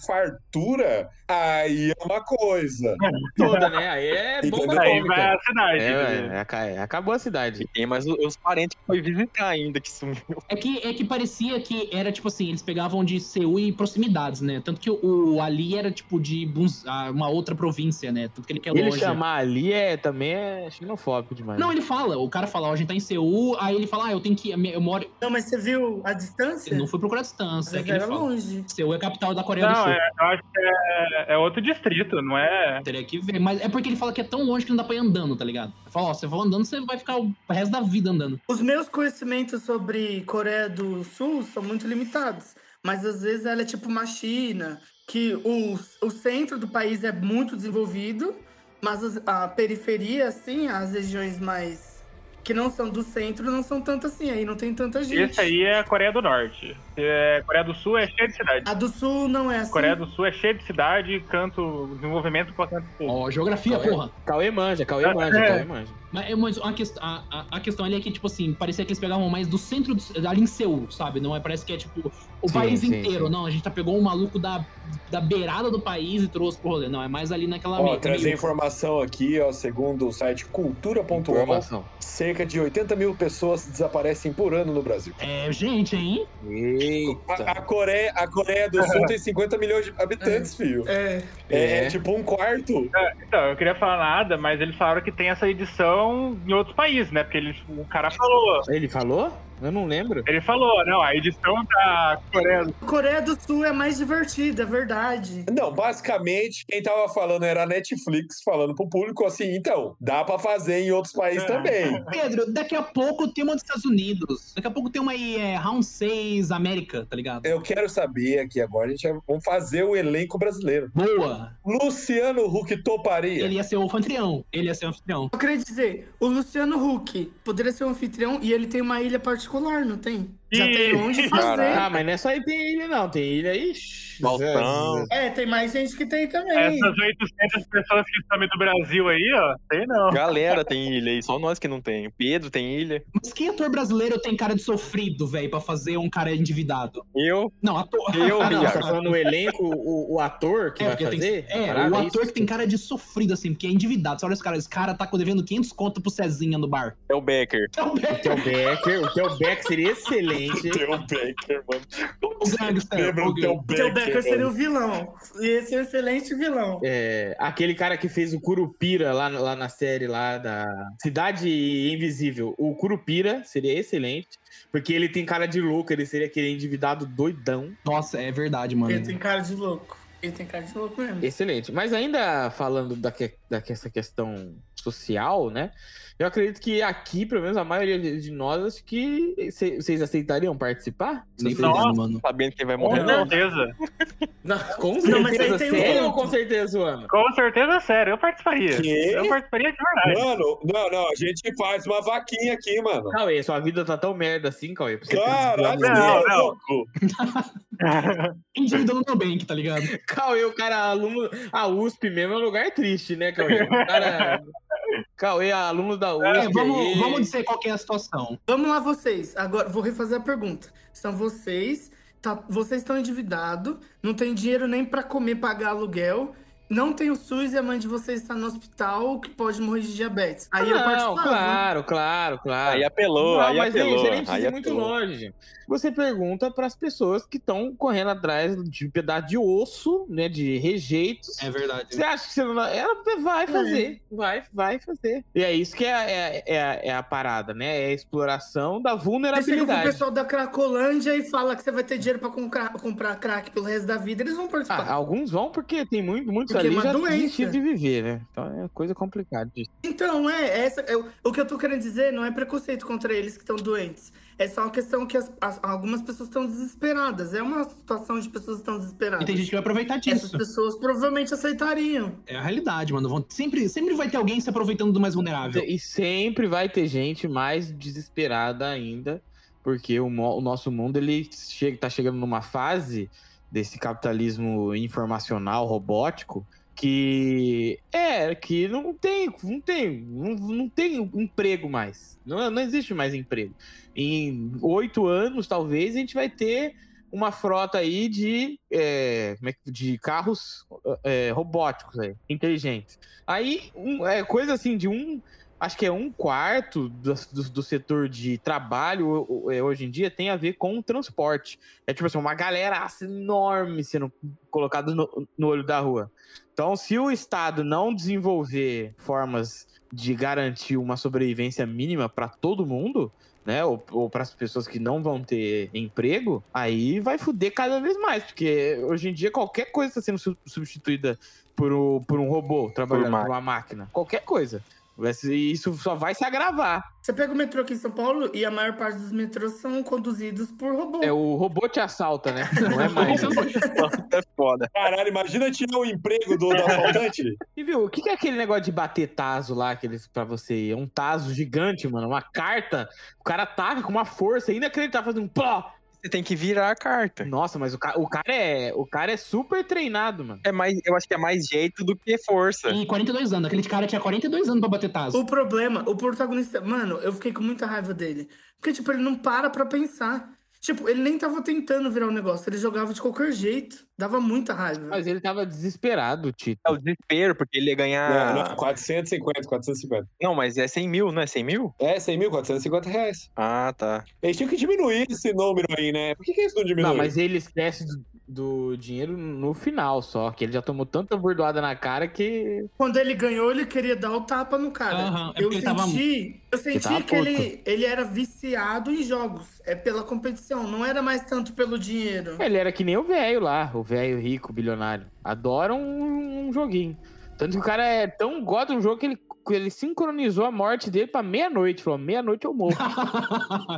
Speaker 4: fartura, aí é uma coisa.
Speaker 1: Toda, né? Aí é
Speaker 4: Entendeu?
Speaker 1: bomba
Speaker 3: Aí
Speaker 1: atômica.
Speaker 3: vai a cidade.
Speaker 1: É,
Speaker 3: entendeu?
Speaker 1: ué, aca- acabou a cidade.
Speaker 5: Tem mais o- os parentes que foi visitar ainda, que sumiu.
Speaker 2: É que, é que parecia que era tipo assim, eles pegavam de Seul e proximidades, né? Tanto que o, o Ali era tipo de Bunz- ah, uma outra província, né? Tanto que ele quer
Speaker 1: Ele
Speaker 2: longe.
Speaker 1: chamar ali é também é xenofóbico demais.
Speaker 2: Não, ele fala, o cara fala, ó, a gente tá em Seul, aí ele fala, ah, eu tenho que. Eu moro.
Speaker 6: Não, mas você viu a distância?
Speaker 2: Eu não fui procurar
Speaker 6: Às
Speaker 2: distância. É
Speaker 6: vezes
Speaker 2: que ele
Speaker 6: era
Speaker 2: fala.
Speaker 6: longe.
Speaker 2: Seul é a capital da Coreia do
Speaker 3: Não,
Speaker 2: Sul.
Speaker 3: é, eu acho que é, é outro distrito, não é?
Speaker 2: Teria que ver, mas é porque ele fala que é tão longe que não dá pra ir andando, tá ligado? Ele fala, ó, você for andando, você vai ficar o resto da vida andando.
Speaker 6: Os meus conhecimentos sobre Coreia do Sul são muito limitados. Mas às vezes ela é tipo uma China, que o, o centro do país é muito desenvolvido, mas as- a periferia, assim, as regiões mais. que não são do centro, não são tanto assim, aí não tem tanta gente.
Speaker 3: Esse aí é a Coreia do Norte. É, Coreia do Sul é cheia de cidade.
Speaker 6: A do Sul não é assim.
Speaker 3: Coreia do Sul é cheia de cidade, canto, desenvolvimento pra canto pouco.
Speaker 2: Ó, geografia,
Speaker 1: Tá vendo?
Speaker 2: porra.
Speaker 1: Cauê manja, Cauê manja,
Speaker 3: É.
Speaker 1: Cauê manja.
Speaker 2: Mas, é, mas a, quest- a- a- a questão ali é que, tipo assim, parecia que eles pegavam mais do centro do, ali em Seul, sabe? Não é? Parece que é tipo o
Speaker 1: Sim,
Speaker 2: país
Speaker 1: sim,
Speaker 2: inteiro. Não, a gente tá pegou um maluco da, da beirada do país e trouxe pro rolê. Não, é mais ali naquela
Speaker 4: Ó,
Speaker 2: meio-
Speaker 4: trazer
Speaker 2: meio-
Speaker 4: informação aqui, ó, segundo o site cultura.org,
Speaker 1: Informação.
Speaker 4: cerca de 80 mil pessoas desaparecem por ano no Brasil.
Speaker 2: É, gente, hein?
Speaker 4: A,
Speaker 1: Eita.
Speaker 4: a Coreia, a Coreia do Sul tem 50 milhões de habitantes, filho.
Speaker 6: É.
Speaker 4: É,
Speaker 1: É.
Speaker 4: tipo um quarto.
Speaker 3: Então, eu queria falar nada, mas eles falaram que tem essa edição em outros países, né? Porque eles, o cara falou.
Speaker 1: Ele falou? Eu não lembro.
Speaker 3: Ele falou, não, a edição tá da Coreia do
Speaker 6: Coreia do Sul é mais divertida, é verdade.
Speaker 4: Não, basicamente, quem tava falando era a Netflix falando pro público assim, então, dá pra fazer em outros países também.
Speaker 2: Pedro, daqui a pouco tem uma dos Estados Unidos. Daqui a pouco tem uma aí, é, Round 6 América, tá ligado?
Speaker 4: Eu quero saber aqui agora, a gente vai, vamos fazer o elenco brasileiro.
Speaker 2: Boa!
Speaker 4: Luciano Huck toparia.
Speaker 2: Ele ia ser o anfitrião. Ele ia ser o anfitrião.
Speaker 6: Eu queria dizer, o Luciano Huck poderia ser um anfitrião e ele tem uma ilha particular, não tem? Já
Speaker 3: Ih,
Speaker 6: tem onde fazer.
Speaker 1: Ah, mas não é só aí tem ilha, não. Tem ilha aí. Ixi,
Speaker 5: Baltão.
Speaker 1: Jesus.
Speaker 6: É, tem mais gente que tem também.
Speaker 3: Essas 800 pessoas que estão do Brasil aí, ó, sei não.
Speaker 5: né? Galera tem ilha aí, só nós que não tem. O Pedro tem ilha.
Speaker 2: Mas que ator brasileiro tem cara de sofrido, velho, pra fazer um cara endividado?
Speaker 5: Eu,
Speaker 2: Não, ator.
Speaker 5: eu,
Speaker 1: Ah, não, você
Speaker 5: viado.
Speaker 1: tá falando o elenco, o, o ator que né?
Speaker 2: É,
Speaker 1: vai
Speaker 2: porque tem-
Speaker 1: fazer? Ah,
Speaker 2: É,
Speaker 1: Caralho,
Speaker 2: o
Speaker 1: isso?
Speaker 2: ator que tem cara de sofrido, assim, porque é endividado. Você olha os caras, esse cara tá devendo 500 conto pro Cezinha no bar.
Speaker 5: É o Becker.
Speaker 1: O Theo Becker, o Theo Becker seria excelente.
Speaker 4: Theo Becker, mano.
Speaker 2: é O gangster.
Speaker 4: Lembra
Speaker 2: O
Speaker 4: o Theo
Speaker 2: gangster.
Speaker 6: Seu
Speaker 4: Becker?
Speaker 6: Então, Becker seria
Speaker 4: mano?
Speaker 6: o vilão. E esse é um excelente vilão.
Speaker 1: É, aquele cara que fez o Curupira lá, lá na série lá da Cidade Invisível. O Curupira seria excelente, porque ele tem cara de louco, ele seria aquele endividado doidão.
Speaker 2: Nossa, é verdade, mano.
Speaker 6: Ele tem cara de louco. Ele tem cara de louco mesmo.
Speaker 1: Excelente. Mas ainda falando da, que, da que- essa questão social, né? Eu acredito que aqui, pelo menos a maioria de nós, acho que cê- vocês aceitariam participar?
Speaker 2: Nem
Speaker 1: Vocês-
Speaker 2: fudendo, mano.
Speaker 5: Sabendo quem vai
Speaker 3: Com
Speaker 5: morrer.
Speaker 6: Não.
Speaker 3: certeza.
Speaker 1: Não, com
Speaker 6: Não, mas
Speaker 1: certeza,
Speaker 6: aí tem um
Speaker 1: sério,
Speaker 6: ponto.
Speaker 1: com certeza, zoando.
Speaker 3: Com certeza, sério, eu participaria.
Speaker 4: Quê?
Speaker 3: Eu participaria de verdade.
Speaker 4: Mano, não, não, a gente faz uma vaquinha aqui, mano.
Speaker 1: Cauê, sua vida tá tão merda assim, Cauê. pra você ter
Speaker 4: Caralho,
Speaker 1: esse plano.
Speaker 3: não,
Speaker 4: você é
Speaker 3: não.
Speaker 4: louco.
Speaker 2: Endividando no Bank, tá ligado?
Speaker 1: Cauê, o cara aluno. A USP mesmo é um lugar triste, né, Cauê? O cara. Cauê, aluno da USP.
Speaker 2: É, vamos,
Speaker 1: aí.
Speaker 2: vamos dizer qual que é a situação.
Speaker 6: Vamos lá, vocês. Agora, vou refazer a pergunta. São vocês, tá- vocês estão endividados, não tem dinheiro nem pra comer, pagar aluguel, não tem o SUS e a mãe de vocês está no hospital que pode morrer de diabetes. Aí eu
Speaker 1: Não,
Speaker 6: participava.
Speaker 1: claro, claro, claro.
Speaker 5: Aí apelou,
Speaker 1: Não,
Speaker 5: aí
Speaker 1: mas nem,
Speaker 5: apelou.
Speaker 1: você nem precisa
Speaker 5: aí
Speaker 1: ir muito
Speaker 5: apelou.
Speaker 1: longe, gente. Você pergunta pras pessoas que estão correndo atrás de um pedaço de osso, né? De rejeitos.
Speaker 2: É verdade.
Speaker 1: Você acha que você não. Ela
Speaker 5: É.
Speaker 1: vai fazer. Vai, vai fazer. E é isso que é, é, é, a- é a parada, né? É a exploração da
Speaker 6: Aí chega com o
Speaker 1: vulnerabilidade.
Speaker 6: pessoal da Cracolândia e fala que você vai ter dinheiro pra comprar, comprar crack pelo resto da vida, eles vão participar.
Speaker 1: Ah, alguns vão porque tem muito, muitos
Speaker 6: Porque é
Speaker 1: ali
Speaker 6: uma
Speaker 1: já
Speaker 6: doença.
Speaker 1: desistiram de viver, né? Então é coisa complicada. disso.
Speaker 6: Então, é, é essa, é o- o que eu tô querendo dizer não é preconceito contra eles que estão doentes. É só uma questão que as- as- algumas pessoas estão desesperadas. É uma situação de pessoas que estão
Speaker 2: E
Speaker 6: desesperadas.
Speaker 2: tem gente que vai aproveitar
Speaker 6: Essas
Speaker 2: disso.
Speaker 6: pessoas provavelmente aceitariam.
Speaker 2: É a realidade, mano. Vão- sempre, sempre vai ter alguém se aproveitando do mais vulnerável.
Speaker 1: E sempre vai ter gente mais desesperada ainda, porque o, mo- o nosso mundo ele chega, tá chegando numa fase desse capitalismo informacional robótico que é que não tem não tem não, não tem emprego mais não, não existe mais emprego em oito anos talvez a gente vai ter uma frota aí de é, como é que- de carros é, robóticos aí, inteligentes aí um- é coisa assim de um acho que é um quarto do, do- do setor de trabalho o- o- é, hoje em dia tem a ver com o transporte é tipo assim uma galera enorme sendo colocada no- no olho da rua então, se o Estado não desenvolver formas de garantir uma sobrevivência mínima para todo mundo, né, ou, ou para as pessoas que não vão ter emprego, aí vai fuder cada vez mais, porque hoje em dia qualquer coisa está sendo su- substituída por, o- por um robô trabalhando por,
Speaker 5: máquina.
Speaker 1: uma máquina, qualquer coisa. Vai se- E isso só vai se agravar.
Speaker 6: Você pega o metrô aqui em São Paulo e a maior parte dos metrôs são conduzidos por robô.
Speaker 1: É o robô te assalta, né? Não é mais.
Speaker 5: É foda.
Speaker 4: Caralho, imagina tirar o emprego do, do assaltante.
Speaker 1: E viu, o que que é aquele negócio de bater taso lá, aqueles pra você ir? É um taso gigante, mano, uma carta. O cara ataca com uma força inacreditável, fazendo um pó.
Speaker 5: Você tem que virar a carta.
Speaker 1: Nossa, mas o, ca- o cara é, o cara é super treinado, mano.
Speaker 5: É mais, eu acho que é mais jeito do que força.
Speaker 2: Em 42 anos. Aquele cara tinha 42 anos pra bater taso.
Speaker 6: O problema, o protagonista. Mano, eu fiquei com muita raiva dele. Porque, tipo, ele não para pra pensar. Tipo, ele nem tava tentando virar o negócio, ele jogava de qualquer jeito. Dava muita raiva.
Speaker 1: Mas ele tava desesperado, Tito.
Speaker 5: É o desespero, porque ele ia
Speaker 2: Ah.
Speaker 5: ganhar.
Speaker 4: né? Não,
Speaker 5: Não,
Speaker 4: não, 450, 450.
Speaker 5: mas é 100 mil, não é 100 mil?
Speaker 4: É, 100 mil, 450 reais.
Speaker 5: Ah, tá.
Speaker 4: Eles tinham que diminuir esse número aí, né? Por que, que eles não diminuem?
Speaker 1: Não, mas ele esquece do, do dinheiro no final só, que ele já tomou tanta bordoada na cara que.
Speaker 6: Quando ele ganhou, ele queria dar o tapa no cara.
Speaker 2: Aham, é
Speaker 6: eu,
Speaker 2: porque ele
Speaker 6: senti,
Speaker 2: tava-
Speaker 6: eu senti
Speaker 1: tava
Speaker 6: que ele, ele era viciado em jogos. É pela competição, não era mais tanto pelo dinheiro.
Speaker 1: Ele era que nem o velho lá, o velho rico, bilionário. Adora um, um joguinho. Tanto que o cara é tão gosta de um jogo que ele, que ele sincronizou a morte dele pra meia-noite. Falou, meia-noite eu morro.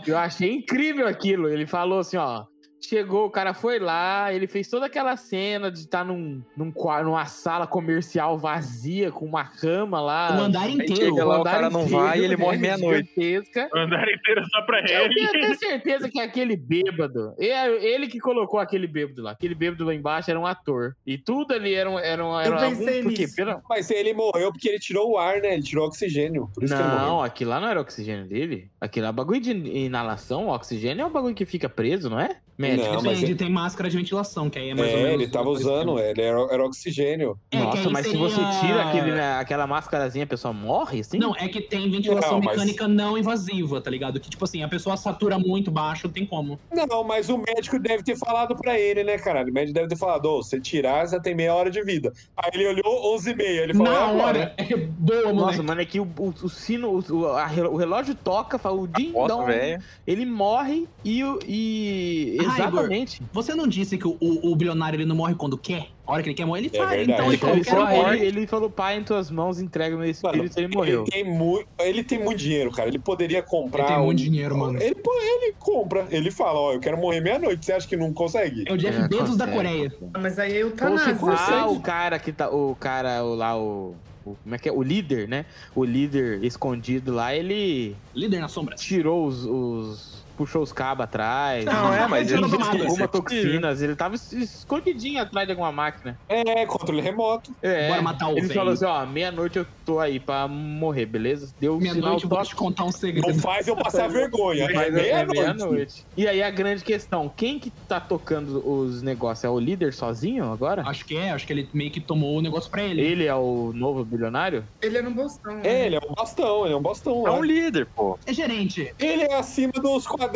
Speaker 1: Eu achei incrível aquilo. Ele falou assim, ó. Chegou, o cara foi lá, ele fez toda aquela cena de estar num, num, qua- numa sala comercial vazia, com uma cama lá.
Speaker 2: o andar
Speaker 5: Aí
Speaker 2: inteiro.
Speaker 5: chega lá, o
Speaker 1: andar
Speaker 5: cara não
Speaker 1: inteiro,
Speaker 5: vai e ele
Speaker 1: né,
Speaker 5: morre meia-noite.
Speaker 1: gigantesca.
Speaker 3: O andar inteiro só pra
Speaker 6: É.
Speaker 1: Eu tenho
Speaker 3: ele.
Speaker 1: até certeza que é aquele bêbado. É ele que colocou aquele bêbado lá. Aquele bêbado lá embaixo era um ator. E tudo ali era um. Era um, era
Speaker 6: Eu
Speaker 1: algum-
Speaker 6: pensei
Speaker 1: porque,
Speaker 6: nisso.
Speaker 1: pela-
Speaker 4: Mas ele morreu porque ele tirou o ar, né? Ele tirou o oxigênio. Por isso que ele morreu.
Speaker 1: Não, aquilo lá não era oxigênio dele. Aquilo lá é bagulho de inalação. O oxigênio é um bagulho que fica preso, não é? Médico.
Speaker 4: Não, mas
Speaker 2: Depende, tem máscara de ventilação, que aí é mais ou
Speaker 4: É,
Speaker 2: menos. tipo.
Speaker 4: ele tava usando, ele era, era oxigênio.
Speaker 2: É, que
Speaker 1: Nossa,
Speaker 2: aí
Speaker 1: mas se
Speaker 2: seria-
Speaker 1: você tira aquele, né, aquela máscarazinha, a pessoa morre, assim?
Speaker 2: Não, é que tem ventilação
Speaker 4: Não, mas-
Speaker 2: mecânica não invasiva, tá ligado? Que, tipo assim, a pessoa satura muito baixo, não tem como.
Speaker 4: Não, mas o médico deve ter falado pra ele, né, caralho? O médico deve ter falado, ô, se tirar, você tem meia hora de vida. Aí ele olhou 11 e meia, ele falou, é
Speaker 2: Na
Speaker 4: agora.
Speaker 2: hora, é boa,
Speaker 1: Nossa,
Speaker 2: moleque.
Speaker 1: mano, é que o, o- o sino, o, o- a rel- o relógio toca, fala o din
Speaker 5: Nossa,
Speaker 1: dong,
Speaker 5: velho.
Speaker 1: ele morre e, o- e-
Speaker 2: Ah,
Speaker 1: exatamente.
Speaker 2: Você não disse que o, o- o bilionário ele não morre quando quer? A hora que ele quer morrer, ele
Speaker 4: É
Speaker 2: faz.
Speaker 4: verdade.
Speaker 2: Então ele
Speaker 1: Ele,
Speaker 2: qualquer
Speaker 1: falou,
Speaker 2: hora.
Speaker 1: ele, ele falou, pai, em tuas mãos, entrega o meu espírito, ele morreu.
Speaker 4: Ele tem, muito, ele tem muito dinheiro, cara. Ele poderia comprar.
Speaker 2: Ele tem muito
Speaker 4: um-
Speaker 2: dinheiro, mano.
Speaker 4: Ele, pô, ele compra. Ele fala: Ó, eu quero morrer meia-noite. Você acha que não consegue?
Speaker 2: É o Jeff
Speaker 1: É,
Speaker 2: Bezos da
Speaker 1: consegue.
Speaker 2: Coreia.
Speaker 6: Mas aí eu tá
Speaker 1: Ou se
Speaker 6: nada.
Speaker 1: for lá, o cara que tá. O cara o lá, o, o- Como é que é? O líder, né? O líder escondido lá, ele
Speaker 2: Líder nas sombras.
Speaker 1: tirou os. os- puxou os cabos atrás.
Speaker 5: Não, é, mas
Speaker 2: Ele
Speaker 5: ele
Speaker 2: tomou
Speaker 1: Alguma toxinas, ele tava es- escondidinho atrás de alguma máquina.
Speaker 4: É, controle remoto.
Speaker 1: É.
Speaker 2: Bora matar o
Speaker 1: Ele
Speaker 2: velho.
Speaker 1: falou assim, ó, meia-noite eu tô aí pra morrer, beleza? Deu um sinal
Speaker 2: Meia-noite eu vou te
Speaker 1: toque.
Speaker 2: contar um segredo.
Speaker 4: Não faz eu passar vergonha. É
Speaker 1: Mas é
Speaker 4: meia-noite.
Speaker 1: meia-noite. E aí a grande questão, quem que tá tocando os negócios? É o líder sozinho agora?
Speaker 4: Ah,
Speaker 2: Acho que é, acho que ele meio que tomou o negócio pra ele.
Speaker 1: Ele é o novo bilionário?
Speaker 6: Ele era um bolsão.
Speaker 4: É, ele é um bastão, ele é um bastão.
Speaker 5: É um
Speaker 4: né?
Speaker 5: líder, pô.
Speaker 2: É gerente.
Speaker 4: Ele é acima dos quadrados,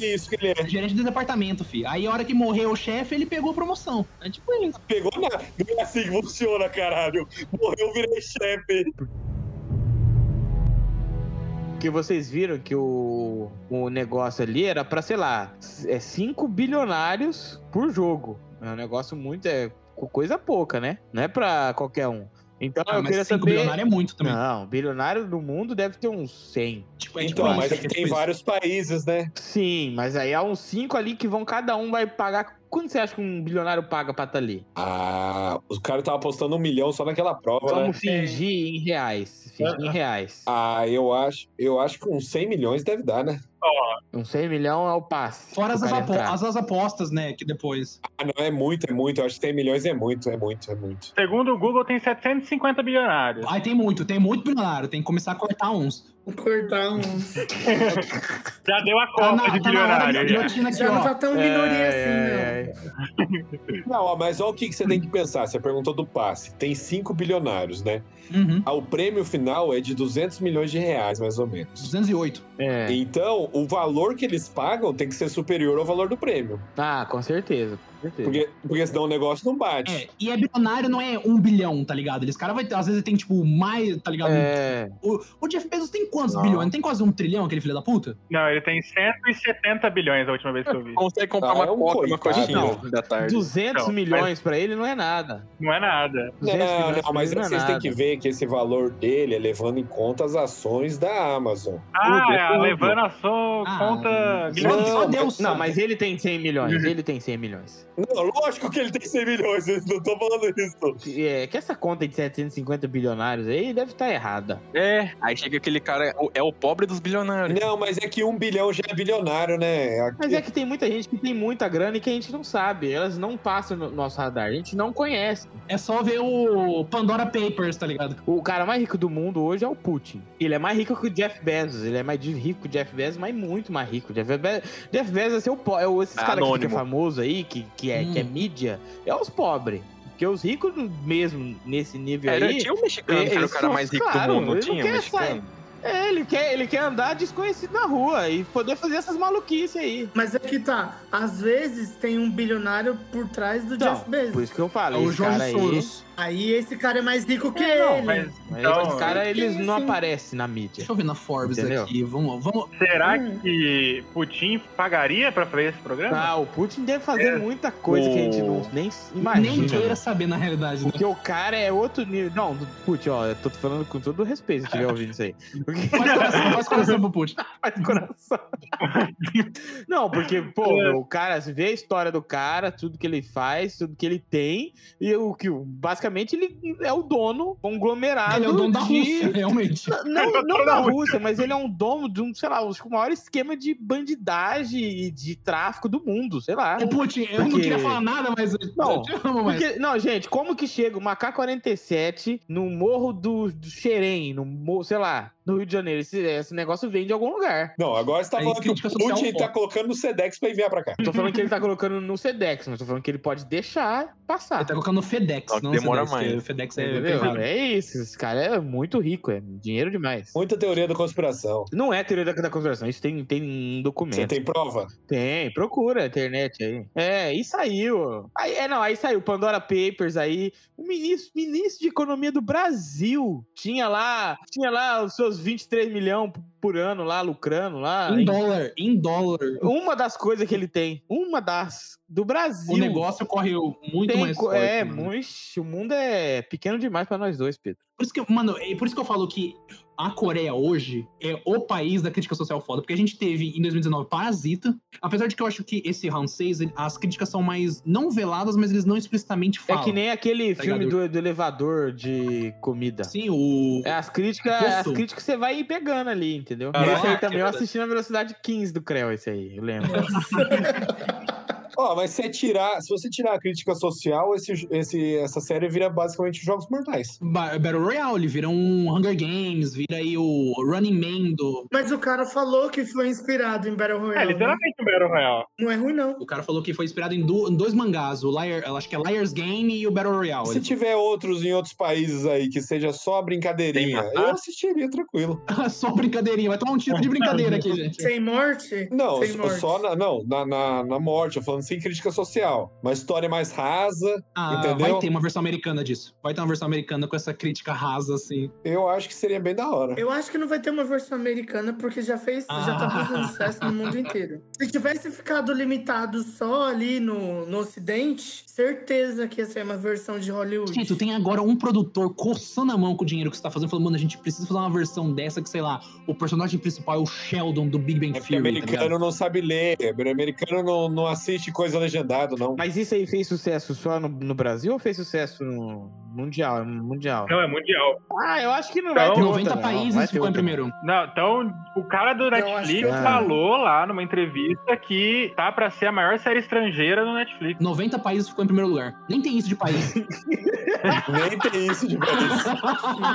Speaker 4: é isso que ele é.
Speaker 2: É gerente do departamento, fi. Aí a hora que morreu o chefe, ele pegou a promoção. É tipo isso.
Speaker 4: Pegou nada. Não é assim que funciona, caralho. Morreu, virei chefe.
Speaker 1: Porque vocês viram que o, o negócio ali era pra, sei lá, é 5 bilionários por jogo. É um negócio muito. É co- coisa pouca, né? Não é pra qualquer um. Então
Speaker 2: Ah,
Speaker 1: eu
Speaker 2: mas
Speaker 1: queria
Speaker 2: cinco
Speaker 1: saber.
Speaker 2: bilionário é muito também.
Speaker 1: Não, bilionário do mundo deve ter uns 100.
Speaker 2: Tipo, é
Speaker 4: Então,
Speaker 2: tipo
Speaker 4: mas
Speaker 2: isso,
Speaker 4: é que
Speaker 2: tipo
Speaker 4: tem
Speaker 2: isso.
Speaker 4: vários países, né?
Speaker 1: Sim, mas aí há uns 5 ali que vão, cada um vai pagar. Quanto você acha que um bilionário paga pra estar ali?
Speaker 4: Ah, os caras estavam apostando um milhão só naquela prova, né?
Speaker 1: Vamos
Speaker 4: É.
Speaker 1: fingir em reais. Fingir em reais.
Speaker 4: Ah, eu acho, eu acho que uns 100 milhões deve dar, né?
Speaker 3: só.
Speaker 1: Um 100 milhão é o passe.
Speaker 2: Fora as,
Speaker 1: pro cara
Speaker 2: apo-
Speaker 1: entrar.
Speaker 2: as, as apostas, né? Que depois.
Speaker 4: Ah, não, é muito, é muito. Eu acho que 100 milhões é muito, é muito, é muito.
Speaker 3: Segundo o Google, tem 750 bilionários.
Speaker 2: Aí tem muito, tem muito bilionário, tem que começar a cortar uns.
Speaker 6: Vou cortar um.
Speaker 3: Já deu a
Speaker 2: Tá
Speaker 3: conta
Speaker 2: na,
Speaker 3: é de
Speaker 2: tá na hora da
Speaker 3: bilionário. já.
Speaker 2: guilhotina aqui,
Speaker 6: Já não tá
Speaker 2: ó.
Speaker 6: tão
Speaker 1: Ai,
Speaker 6: minoria
Speaker 1: ai,
Speaker 6: assim,
Speaker 2: né?
Speaker 1: ai.
Speaker 4: Não, ó, mas olha o que, que você tem que pensar. Você perguntou do passe. Tem 5 bilionários, né?
Speaker 2: Uhum.
Speaker 4: Ah, o prêmio final é de 200 milhões de reais, mais ou menos.
Speaker 2: 208.
Speaker 1: É.
Speaker 4: Então, o valor que eles pagam tem que ser superior ao valor do prêmio.
Speaker 1: Ah, com certeza. Com certeza.
Speaker 4: Porque, porque senão o negócio não bate.
Speaker 2: É, e é bilionário, não é um bilhão, tá ligado? Eles cara vai ter, às vezes tem, tipo, mais, tá ligado?
Speaker 1: É.
Speaker 2: O, o Jeff Bezos tem quantos
Speaker 5: Não.
Speaker 2: bilhões? Não Tem quase um trilhão, aquele filho da puta?
Speaker 3: Não, ele tem 170 bilhões a última vez que eu vi.
Speaker 5: Consegue comprar
Speaker 4: Ah,
Speaker 5: uma
Speaker 4: é um
Speaker 5: coca e uma
Speaker 4: coitado.
Speaker 5: coxinha
Speaker 1: Não.
Speaker 5: da tarde.
Speaker 1: 200
Speaker 3: Não, mas-
Speaker 1: milhões pra ele não é nada.
Speaker 3: Não é nada.
Speaker 1: 200
Speaker 4: Não,
Speaker 1: milhões
Speaker 4: não,
Speaker 1: pra
Speaker 4: mas
Speaker 1: ele não é
Speaker 4: vocês têm
Speaker 1: nada.
Speaker 4: que ver que esse valor dele é levando em conta as ações da Amazon.
Speaker 3: Ah,
Speaker 4: Tudo, é tudo.
Speaker 3: levando a sua
Speaker 2: Ah,
Speaker 3: conta.
Speaker 2: Só,
Speaker 4: Não,
Speaker 2: só
Speaker 4: mas-
Speaker 2: Deus.
Speaker 1: Não,
Speaker 2: sabe.
Speaker 1: mas ele tem 100 milhões. Ele tem 100 milhões.
Speaker 4: Não, lógico que ele tem 100 milhões, eu não tô falando isso.
Speaker 1: É, que essa conta de 750 bilionários aí deve estar errada.
Speaker 5: É, aí chega aquele cara, o- é o pobre dos bilionários.
Speaker 4: Não, mas é que um bilhão já é bilionário, né? Aqui-
Speaker 1: Mas é que tem muita gente que tem muita grana e que a gente não sabe. Elas não passam no nosso radar. A gente não conhece.
Speaker 2: É só ver o Pandora Papers, tá ligado?
Speaker 1: O cara mais rico do mundo hoje é o Putin. Ele é mais rico que o Jeff Bezos. Ele é mais de- rico que o Jeff Bezos, mas muito mais rico. O Jeff Bezos, Jeff Bezos é seu po- é o- esses
Speaker 5: É
Speaker 1: caras que ficam
Speaker 5: anônimo.
Speaker 1: famosos aí, que, que, é, que é
Speaker 2: Hum.
Speaker 1: mídia, é os pobres. Porque os ricos mesmo nesse nível
Speaker 5: Era,
Speaker 1: aí.
Speaker 5: tinha um mexicano, que era o
Speaker 1: eles
Speaker 5: cara
Speaker 1: são-
Speaker 5: mais rico
Speaker 1: claro,
Speaker 5: do mundo, não
Speaker 1: ele não
Speaker 5: tinha um
Speaker 1: quer
Speaker 5: mexicano?
Speaker 1: É, ele quer, ele quer andar desconhecido na rua e poder fazer essas maluquices aí.
Speaker 6: Mas é que tá, às vezes tem um bilionário por trás do
Speaker 1: Então,
Speaker 6: Jeff Bezos.
Speaker 1: Por isso que eu
Speaker 2: É
Speaker 1: falo,
Speaker 2: o
Speaker 1: esse
Speaker 2: Jorge
Speaker 1: cara aí.
Speaker 2: Soros.
Speaker 6: Aí esse cara é mais rico que
Speaker 1: É, não,
Speaker 6: ele.
Speaker 3: Mas
Speaker 1: Mas
Speaker 3: Então,
Speaker 1: esses caras, eles não
Speaker 6: isso.
Speaker 1: aparecem na mídia.
Speaker 2: Deixa eu ver na Forbes
Speaker 1: Entendeu?
Speaker 2: aqui. Vamos, vamos.
Speaker 3: será
Speaker 6: Hum.
Speaker 3: que Putin pagaria pra fazer esse programa?
Speaker 1: Ah, o Putin deve fazer
Speaker 3: É.
Speaker 1: muita coisa que a gente não, nem
Speaker 2: Nem
Speaker 1: imagina.
Speaker 2: queira saber na realidade, né?
Speaker 1: Porque o cara é outro nível. Não, Putin, ó, eu tô falando com todo respeito se estiver ouvindo isso aí.
Speaker 2: Faz coração, faz coração pro Putin.
Speaker 1: Faz coração. Não, porque, pô, meu, o cara você vê a história do cara, tudo que ele faz, tudo que ele tem, e o que basicamente ele é o dono conglomerado.
Speaker 2: Ele é o dono da
Speaker 1: de-
Speaker 2: Rússia, realmente.
Speaker 1: Não,
Speaker 3: Ele é o
Speaker 1: não
Speaker 3: dono
Speaker 1: da
Speaker 3: da
Speaker 1: Rússia, mas ele é um dono de um, sei lá, acho que o maior esquema de bandidagem e de tráfico do mundo, sei lá.
Speaker 2: Ô, Putin, eu não
Speaker 1: Porque-
Speaker 2: queria falar nada, mas eu
Speaker 1: Não,
Speaker 2: te amo, mas.
Speaker 1: Porque- não, gente, como que chega uma K-47 no morro do, do Xerém, no morro, sei lá, no Rio de Janeiro? Esse, esse negócio vem de algum lugar.
Speaker 4: Não, agora
Speaker 1: É
Speaker 4: você tá
Speaker 2: Aí,
Speaker 4: falando que
Speaker 2: crítica
Speaker 4: o
Speaker 2: social
Speaker 1: um
Speaker 4: Putin tá
Speaker 2: forte.
Speaker 4: colocando no Sedex pra enviar pra cá.
Speaker 1: Tô falando que ele tá colocando no Sedex, mas tô falando que ele pode deixar
Speaker 2: Ele
Speaker 1: passar.
Speaker 2: tá colocando FedEx,
Speaker 5: Só que
Speaker 2: não
Speaker 5: demora
Speaker 2: Sedex, porque
Speaker 5: mais.
Speaker 2: FedEx é.
Speaker 1: Entendeu? Cara, É isso, esse cara é muito rico, é dinheiro demais.
Speaker 4: Muita teoria da conspiração.
Speaker 1: Não é teoria da, da conspiração, isso tem, tem um
Speaker 4: Você
Speaker 1: documento.
Speaker 4: tem prova?
Speaker 1: Tem, procura na internet aí. É, e saiu. Aí, é, não, aí saiu Pandora Papers aí. O ministro, ministro de Economia do Brasil tinha lá, tinha lá os seus 23 milhões por ano lá, lucrando lá.
Speaker 2: Em dólar, em dólar.
Speaker 1: Uma das coisas que ele tem, uma das, do Brasil.
Speaker 2: O Um negócio corre muito
Speaker 1: tem,
Speaker 2: mais
Speaker 1: co-
Speaker 2: forte,
Speaker 1: é,
Speaker 2: mano.
Speaker 1: muito, o mundo é pequeno demais pra nós dois, Pedro.
Speaker 2: Por isso que, eu- mano, é por isso que eu falo que a Coreia hoje é o país da crítica social foda. Porque a gente teve, em 2019, Parasita. Apesar de que eu acho que esse round 6, as críticas são mais não veladas, mas eles não explicitamente falam.
Speaker 1: É que nem aquele
Speaker 2: Tá
Speaker 1: filme
Speaker 2: ligado?
Speaker 1: do, do elevador de comida.
Speaker 2: Sim, o...
Speaker 1: É, as críticas,
Speaker 2: Poço.
Speaker 1: as críticas você vai pegando ali, entendeu?
Speaker 5: Caraca,
Speaker 1: esse aí
Speaker 2: é
Speaker 1: também eu
Speaker 2: verdade.
Speaker 1: assisti na velocidade 15 do Creu, esse aí, eu lembro.
Speaker 4: Ó, mas se tirar, se você tirar a crítica social, esse, esse, essa série vira basicamente jogos mortais.
Speaker 2: Ba- Battle Royale, vira um Hunger Games, vira aí o Running Man do...
Speaker 6: Mas o cara falou que foi inspirado em Battle Royale.
Speaker 3: É, literalmente um Battle Royale.
Speaker 6: né? Não é ruim, não.
Speaker 2: O cara falou que foi inspirado em, du- em dois mangás, o Liar, eu acho que é Liar's Game e o Battle Royale.
Speaker 4: Se tiver outros em outros países aí que seja só brincadeirinha,
Speaker 5: Tem
Speaker 4: eu assistiria tranquilo.
Speaker 2: "Ah, Só brincadeirinha, vai tomar um tiro de brincadeira aqui, gente.
Speaker 6: Sem morte?
Speaker 4: Não,
Speaker 6: Sem
Speaker 4: só-
Speaker 6: morte.
Speaker 4: só na, não, na, na, na morte, eu falando sem crítica social. Uma história mais rasa,
Speaker 2: Ah,
Speaker 4: Entendeu?
Speaker 2: vai ter uma versão americana disso. Vai ter uma versão americana com essa crítica rasa, assim.
Speaker 4: eu acho que seria bem da hora.
Speaker 6: Eu acho que não vai ter uma versão americana, porque já fez, já tá
Speaker 2: Ah.
Speaker 6: fazendo sucesso no mundo inteiro. Se tivesse ficado limitado só ali no, no ocidente, certeza que ia ser uma versão de Hollywood.
Speaker 2: Gente, tu tem agora um produtor coçando a mão com o dinheiro que você tá fazendo, falando, mano, a gente precisa fazer uma versão dessa que, sei lá, o personagem principal é o Sheldon do Big Bang
Speaker 4: É porque
Speaker 2: Theory, tá ligado?
Speaker 4: americano não sabe ler, americano não, não assiste coisa legendada, não.
Speaker 1: Mas isso aí fez sucesso só no, no Brasil ou fez sucesso no, Mundial, é mundial.
Speaker 3: Não, é mundial.
Speaker 1: Ah, eu acho que não vai
Speaker 3: Então,
Speaker 1: ter
Speaker 2: 90
Speaker 1: outra, né? não.
Speaker 2: países
Speaker 1: Vai ter
Speaker 2: ficou em
Speaker 1: outra.
Speaker 2: primeiro.
Speaker 3: Não, então o cara do
Speaker 6: acho
Speaker 3: Netflix
Speaker 1: que-
Speaker 3: falou lá numa entrevista que tá pra ser a maior série estrangeira no Netflix.
Speaker 2: 90 países ficou em primeiro lugar. Nem tem isso de país.
Speaker 4: Nem tem isso de vez.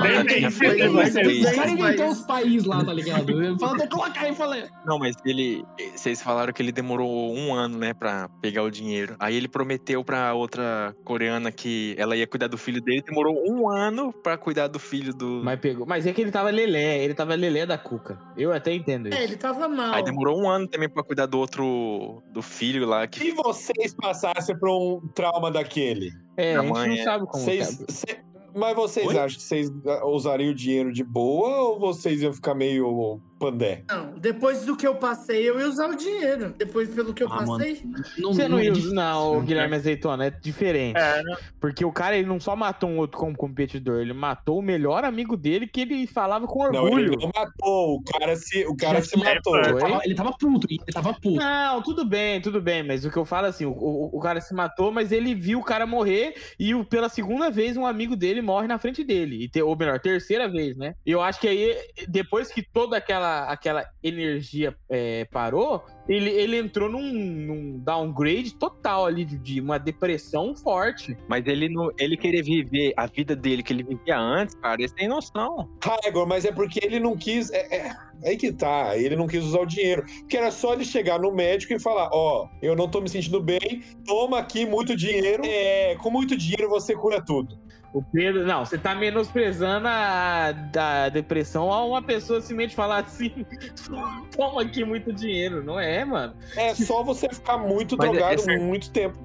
Speaker 3: Nem tem
Speaker 5: tem
Speaker 3: isso, nem tem
Speaker 5: mais
Speaker 3: isso.
Speaker 5: país.
Speaker 2: O cara inventou
Speaker 6: países.
Speaker 2: os países lá, tá ligado? Eu falei, vou colocar aí e falei.
Speaker 5: Não, mas ele. Vocês falaram que ele demorou um ano, né, pra pegar o dinheiro. Aí ele prometeu pra outra coreana que ela ia cuidar do filho dele. Demorou um ano pra cuidar do filho do.
Speaker 1: Mas pegou. Mas é que ele tava lelé, ele tava lelé da cuca. Eu até entendo
Speaker 6: É,
Speaker 1: isso.
Speaker 6: ele tava mal.
Speaker 5: Aí demorou um ano também pra cuidar do outro. do filho lá. Que...
Speaker 4: Se vocês passassem por um trauma daquele,
Speaker 1: É, a
Speaker 5: da
Speaker 1: gente
Speaker 5: mãe,
Speaker 1: não
Speaker 5: é.
Speaker 1: sabe como.
Speaker 4: vocês.
Speaker 1: tá.
Speaker 4: cê- Mas vocês
Speaker 5: Oi?
Speaker 4: acham que vocês ah, usariam o dinheiro de boa ou vocês iam ficar meio pandé?
Speaker 6: Não, depois do que eu passei, eu ia usar o dinheiro. Depois, pelo que eu
Speaker 2: Ah, mano.
Speaker 6: passei,
Speaker 1: Você não
Speaker 2: é
Speaker 1: ia
Speaker 2: difícil.
Speaker 1: não, o Guilherme Azeitona, é diferente.
Speaker 3: É, não-
Speaker 1: Porque o cara, ele não só matou um outro como competidor, ele matou o melhor amigo dele que ele falava com
Speaker 4: Não, ele
Speaker 1: orgulho.
Speaker 4: não matou. O cara se, o cara se
Speaker 2: É,
Speaker 4: matou.
Speaker 1: pô.
Speaker 2: Ele tava- Ele tava puto, ele tava puto.
Speaker 1: Não, tudo bem, tudo bem, mas o que eu falo assim, o, o, o cara se matou, mas ele viu o cara morrer e o- pela segunda vez um amigo dele morre na frente dele, e te- ou melhor, terceira vez, né? E eu acho que aí, depois que toda aquela, aquela energia é, parou, ele, ele entrou num, num downgrade total ali, de, de uma depressão forte.
Speaker 5: Mas ele não. Ele querer viver a vida dele que ele vivia antes, cara, ele tem noção.
Speaker 4: Ah, Igor, mas é porque ele não quis. É, é- aí que tá, ele não quis usar o dinheiro. Porque era só ele chegar no médico e falar: Ó, eu não tô me sentindo bem, toma aqui muito dinheiro. É, com muito dinheiro você cura tudo.
Speaker 1: O Pedro, não, você tá menosprezando a da depressão a uma pessoa simplesmente falar assim, toma aqui muito dinheiro, não é, mano?
Speaker 4: É só você ficar muito
Speaker 5: Mas é- é
Speaker 4: drogado
Speaker 5: certo.
Speaker 4: muito tempo.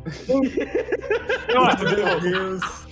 Speaker 6: meu Deus.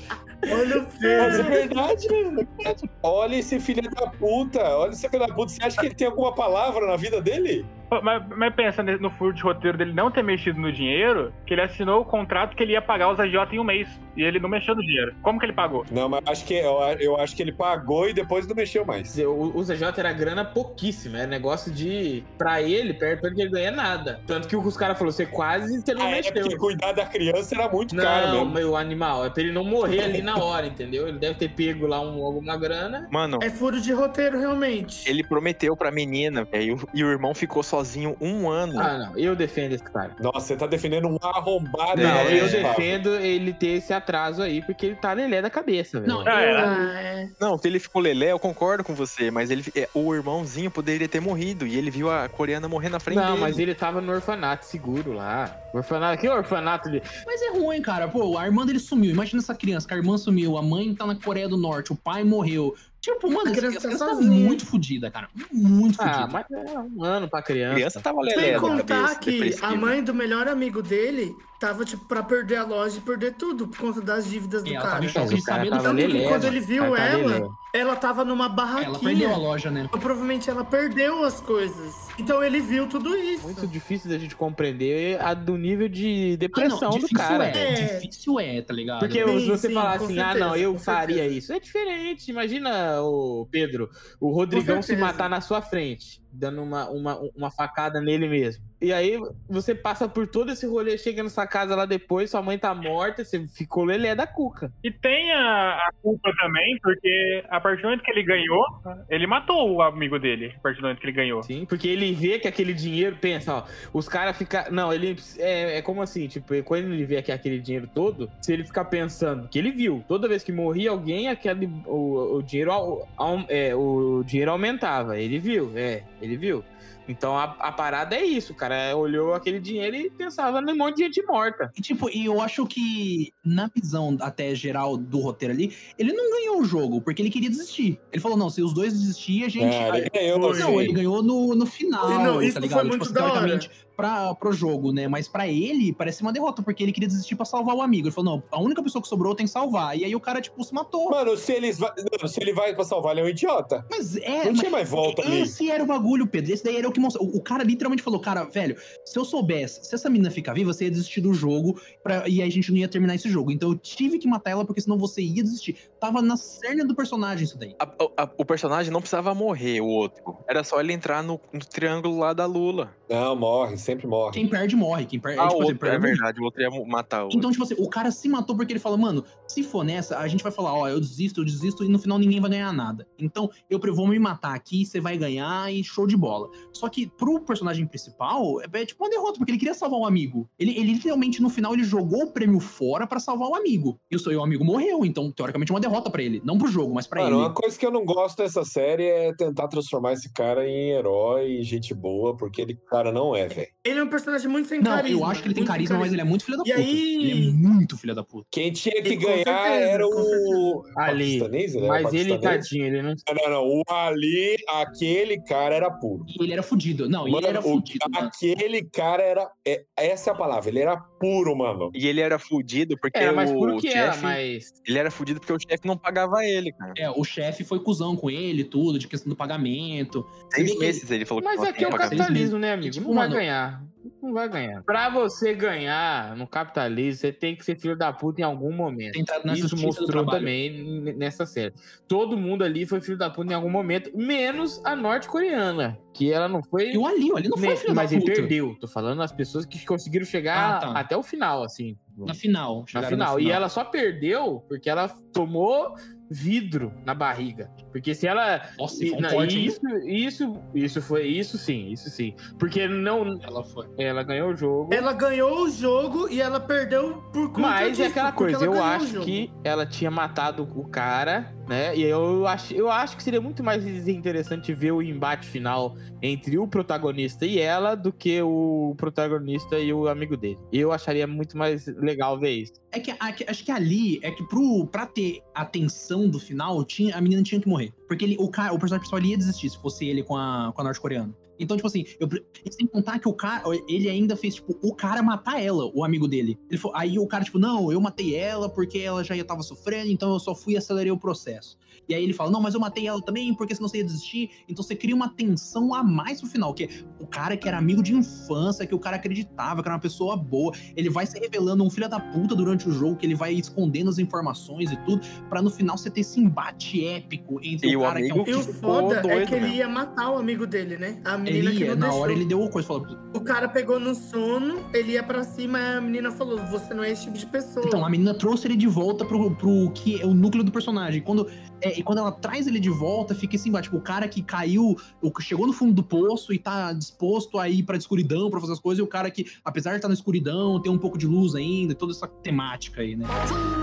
Speaker 6: Olha o
Speaker 4: Mas é
Speaker 6: Pedro.
Speaker 4: verdade, né? É verdade. Olha esse filho da puta, olha esse filho da puta. Você acha que ele tem alguma palavra na vida dele?
Speaker 3: Pô, Mas, mas pensa ne- no furo de roteiro dele não ter mexido no dinheiro, que ele assinou o contrato que ele ia pagar os agiotas em um mês. E ele não mexeu no dinheiro. Como que ele pagou?
Speaker 4: Não, mas acho que, eu, eu acho que ele pagou e depois não mexeu mais.
Speaker 1: Dizer, O, o ZJ era grana pouquíssima, era negócio de. Pra ele, perto ele ganha nada. Tanto que os caras falaram, você quase você não
Speaker 4: Ah, é
Speaker 1: mexeu.
Speaker 4: porque cuidar da criança era muito caro
Speaker 1: Não,
Speaker 4: mesmo.
Speaker 1: meu animal, é pra ele não morrer ali na hora, entendeu? Ele deve ter pego lá um, alguma grana.
Speaker 5: Mano,
Speaker 6: É furo de roteiro, realmente.
Speaker 5: ele prometeu pra menina, velho, e o irmão ficou sozinho um ano.
Speaker 1: Ah, não, eu defendo esse cara.
Speaker 4: Nossa, você tá defendendo um arrombado.
Speaker 1: Não,
Speaker 4: né,
Speaker 1: eu
Speaker 4: Gustavo?
Speaker 1: defendo ele ter esse atraso aí, porque ele tá lelé da cabeça, velho.
Speaker 2: Não,
Speaker 3: Ah, é.
Speaker 6: Ah, é.
Speaker 2: um
Speaker 5: Não, que ele ficou lelé, eu concordo com você, mas ele, é, o irmãozinho poderia ter morrido e ele viu a coreana morrer na frente
Speaker 1: Não,
Speaker 5: dele.
Speaker 1: mas ele tava no orfanato seguro lá. Orfanato, que orfanato de.
Speaker 2: Mas é ruim, cara. Pô, a irmã dele sumiu. Imagina essa criança, que a irmã sumiu, a mãe tá na Coreia do Norte, o pai morreu. Tipo, mano,
Speaker 6: A
Speaker 2: essa
Speaker 6: criança
Speaker 2: criança,
Speaker 6: tá
Speaker 2: tá
Speaker 6: sozinha.
Speaker 2: muito fodida, cara. Muito
Speaker 1: Ah,
Speaker 2: fodida.
Speaker 1: mas é um ano pra
Speaker 5: A
Speaker 1: criança.
Speaker 5: criança tava lelé
Speaker 6: Sem
Speaker 2: né?
Speaker 5: da
Speaker 6: contar
Speaker 5: cabeça,
Speaker 6: que
Speaker 5: depressiva.
Speaker 6: a mãe do melhor amigo dele tava, tipo, pra perder a loja e perder tudo por conta das dívidas do
Speaker 2: E ela tava
Speaker 6: cara.
Speaker 2: em choque de
Speaker 1: Então, O cara
Speaker 2: saber do
Speaker 1: tava
Speaker 2: tanto que
Speaker 1: lelé,
Speaker 6: Quando
Speaker 1: mano.
Speaker 6: ele viu
Speaker 1: O cara tá
Speaker 6: ela,
Speaker 1: lelé.
Speaker 6: ela tava numa
Speaker 2: Ela perdeu a
Speaker 6: barraquinha.
Speaker 2: loja, né?
Speaker 6: Então, provavelmente ela perdeu as coisas. Então ele viu tudo isso.
Speaker 2: é.
Speaker 1: muito difícil da gente compreender a do nível de depressão do
Speaker 2: difícil
Speaker 1: cara.
Speaker 2: é,
Speaker 6: Ah, É.
Speaker 2: difícil é, tá ligado?
Speaker 1: Porque
Speaker 6: Sim,
Speaker 1: se você
Speaker 6: sim,
Speaker 1: falar
Speaker 6: com
Speaker 1: assim, ah,
Speaker 6: certeza,
Speaker 1: não, eu
Speaker 6: com
Speaker 1: faria
Speaker 6: certeza.
Speaker 1: isso. É diferente. Imagina, o Pedro, o Rodrigão se
Speaker 6: certeza.
Speaker 1: matar na sua frente, dando uma, uma, uma facada nele mesmo. E aí você passa por todo esse rolê, chega na sua casa lá depois, sua mãe tá morta, você ficou lelé da cuca.
Speaker 3: E tem a, a culpa também, porque a partir do momento que ele ganhou, ele matou o amigo dele. A partir do momento que ele ganhou.
Speaker 1: Sim, porque ele vê que aquele dinheiro, pensa, ó, os caras ficam. Não, ele. É, é como assim, tipo, quando ele vê que aquele dinheiro todo, se ele ficar pensando, que ele viu, toda vez que morria alguém, aquele, o, o dinheiro, au- au- é, o dinheiro aumentava. Ele viu, é, ele viu. Então a, a parada é isso, o cara olhou aquele dinheiro e pensava num monte de gente morta.
Speaker 2: E, tipo, e eu acho que, na visão até geral do roteiro ali, ele não ganhou o jogo, porque ele queria desistir. Ele falou, não, se os dois desistirem, a
Speaker 1: um
Speaker 2: gente...
Speaker 4: É, ele ganhou,
Speaker 2: Não,
Speaker 4: assim.
Speaker 2: ele ganhou no, no final,
Speaker 6: E não, isso
Speaker 2: tá
Speaker 6: foi
Speaker 2: ligado?
Speaker 6: muito
Speaker 2: assim,
Speaker 6: da hora.
Speaker 2: teoricamente, pra, pro jogo, né? Mas pra ele, parece uma derrota, porque ele queria desistir pra salvar o amigo. Ele falou, não, a única pessoa que sobrou tem que salvar. E aí o cara, tipo, se matou.
Speaker 4: Mano, se, eles va- não, se ele vai pra salvar, ele é um idiota.
Speaker 2: Mas é...
Speaker 4: Não
Speaker 2: mas
Speaker 4: tinha mais volta ali.
Speaker 2: esse era o bagulho, Pedro. Esse daí era o que mostrou. O, o cara literalmente falou, cara, velho, se eu soubesse, se essa menina ficar viva, você ia desistir do jogo pra- e aí a gente não ia terminar esse jogo. Então eu tive que matar ela, porque senão você ia desistir. Tava nas cerne do personagem isso daí.
Speaker 5: A- a- a- o personagem não precisava morrer, o outro. Era só ele entrar no, no triângulo lá da Lula.
Speaker 4: Não, morre, sempre morre.
Speaker 2: Quem perde, morre. Quem perde,
Speaker 5: Ah,
Speaker 2: é,
Speaker 5: o
Speaker 2: tipo, assim,
Speaker 5: outro, é
Speaker 2: perde-
Speaker 5: verdade, o outro ia mo- matar o outro.
Speaker 2: Então, tipo assim, o cara se matou porque ele fala, mano, se for nessa, a gente vai falar, ó, eu desisto, eu desisto, e no final ninguém vai ganhar nada. Então, eu pre- vou me matar aqui, você vai ganhar e show de bola. Só que pro personagem principal, é, é tipo uma derrota, porque ele queria salvar o amigo. Ele, ele literalmente, no final, ele jogou o prêmio fora pra salvar o amigo. E o seu amigo morreu, então, teoricamente, é uma derrota pra ele. Não pro jogo, mas pra
Speaker 4: Mano,
Speaker 2: ele.
Speaker 4: uma coisa que eu não gosto dessa série é tentar transformar esse cara em herói, em gente boa, porque ele, cara, não é, velho.
Speaker 6: Ele é um personagem muito sem
Speaker 2: Não,
Speaker 6: carisma.
Speaker 2: eu acho que ele tem
Speaker 6: muito sem
Speaker 2: carisma, mas ele é muito filho da
Speaker 6: E
Speaker 2: puta.
Speaker 6: aí-
Speaker 2: Ele é muito filho da puta.
Speaker 4: Quem tinha que
Speaker 6: Ele- com
Speaker 4: ganhar
Speaker 6: certeza,
Speaker 4: era
Speaker 6: com
Speaker 4: o.
Speaker 1: Ali.
Speaker 4: Paquistanês, ele era
Speaker 1: Mas ele, tá
Speaker 4: paquistanês?
Speaker 1: tadinho, ele não.
Speaker 4: Não, não, não. O Ali, aquele cara era puro.
Speaker 2: E ele era fudido. Não, e
Speaker 4: Mano,
Speaker 2: ele era
Speaker 4: o-
Speaker 2: fudido.
Speaker 1: Uhum.
Speaker 2: mano.
Speaker 4: aquele cara era. é- essa é a palavra, ele era puro, mano.
Speaker 5: E ele era fudido porque
Speaker 1: Era mais puro
Speaker 5: o
Speaker 1: que ela,
Speaker 5: chefe.
Speaker 1: mas.
Speaker 5: Ele era fudido porque o chefe não pagava ele, cara.
Speaker 2: É, o chefe foi cuzão com ele, tudo, de questão do pagamento.
Speaker 5: Seis
Speaker 2: bem que-
Speaker 5: meses ele falou
Speaker 1: Mas
Speaker 5: não
Speaker 1: aqui é o
Speaker 5: tinha pagamento.
Speaker 1: capitalismo, né, amigo?
Speaker 2: Tipo,
Speaker 1: Não vai
Speaker 2: mano-
Speaker 1: ganhar. Não vai ganhar. Pra você ganhar no capitalismo, você tem que ser filho da puta em algum momento.
Speaker 2: Ter entrado na
Speaker 1: Isso
Speaker 2: É, justiça do
Speaker 1: mostrou
Speaker 2: trabalho.
Speaker 1: também n- nessa série. Todo mundo ali foi filho da puta em algum momento, menos a norte-coreana, que ela não foi.
Speaker 2: E o Ali, o Ali não foi
Speaker 1: né,
Speaker 2: filho
Speaker 1: mas
Speaker 2: da
Speaker 1: ele
Speaker 2: puta.
Speaker 1: perdeu. Tô falando as pessoas que conseguiram chegar
Speaker 2: Ah, tá.
Speaker 1: até o final, assim.
Speaker 2: Na final.
Speaker 1: Na
Speaker 2: chegaram
Speaker 1: final. E ela só perdeu porque ela tomou vidro na barriga. Porque se ela.
Speaker 2: Nossa, e
Speaker 1: E,
Speaker 2: foi um
Speaker 1: não,
Speaker 2: corte, hein?
Speaker 1: isso, isso, isso foi. Isso sim, isso sim. Porque não.
Speaker 2: Ela foi.
Speaker 1: Ela ganhou o jogo.
Speaker 6: Ela ganhou o jogo e ela perdeu por É, conta
Speaker 1: Mas
Speaker 6: disso,
Speaker 1: é aquela
Speaker 6: porque
Speaker 1: coisa,
Speaker 6: ela
Speaker 1: eu
Speaker 6: ganhou o
Speaker 1: acho
Speaker 6: jogo.
Speaker 1: que ela tinha matado o cara, né? E eu acho, eu acho que seria muito mais interessante ver o embate final entre o protagonista e ela do que o protagonista e o amigo dele. Eu acharia muito mais legal ver isso.
Speaker 2: É que, a- que- acho que ali é que pro, pra ter a tensão do final, tinha, a menina tinha que morrer. Porque ele, o, cara, o personagem principal ele ia desistir se fosse ele com a, com a norte-coreana. Então, tipo assim, eu, pre- e sem contar que o cara, ele ainda fez, tipo, o cara matar ela, o amigo dele. Ele falou- aí o cara, tipo, não, eu matei ela porque ela já tava sofrendo, então eu só fui e acelerei o processo. E aí ele fala, não, mas eu matei ela também, porque senão você ia desistir. Então você cria uma tensão a mais pro final, que o cara que era amigo de infância, que o cara acreditava, que era uma pessoa boa, ele vai se revelando um filho da puta durante o jogo, que ele vai escondendo as informações e tudo, pra no final você ter esse embate épico entre
Speaker 5: E
Speaker 2: o
Speaker 5: o
Speaker 2: cara que é um
Speaker 5: amigo
Speaker 6: E o
Speaker 5: Ficou
Speaker 6: foda é
Speaker 5: doido
Speaker 6: que ele
Speaker 5: mesmo.
Speaker 6: ia matar o amigo dele, né? A menina
Speaker 2: ele
Speaker 6: que
Speaker 2: ia,
Speaker 6: não
Speaker 2: na
Speaker 6: deixou.
Speaker 2: hora ele deu o coisa, falou,
Speaker 6: O cara pegou no sono, ele ia pra cima e a menina falou: Você não é esse tipo de pessoa.
Speaker 2: Então, a menina trouxe ele de volta pro, pro que é o núcleo do personagem. Quando, é, e quando ela traz ele de volta, fica assim, tipo, o cara que caiu, o que chegou no fundo do poço e tá disposto a ir pra escuridão pra fazer as coisas, e o cara que, apesar de estar na escuridão, tem um pouco de luz ainda, e toda essa temática aí, né?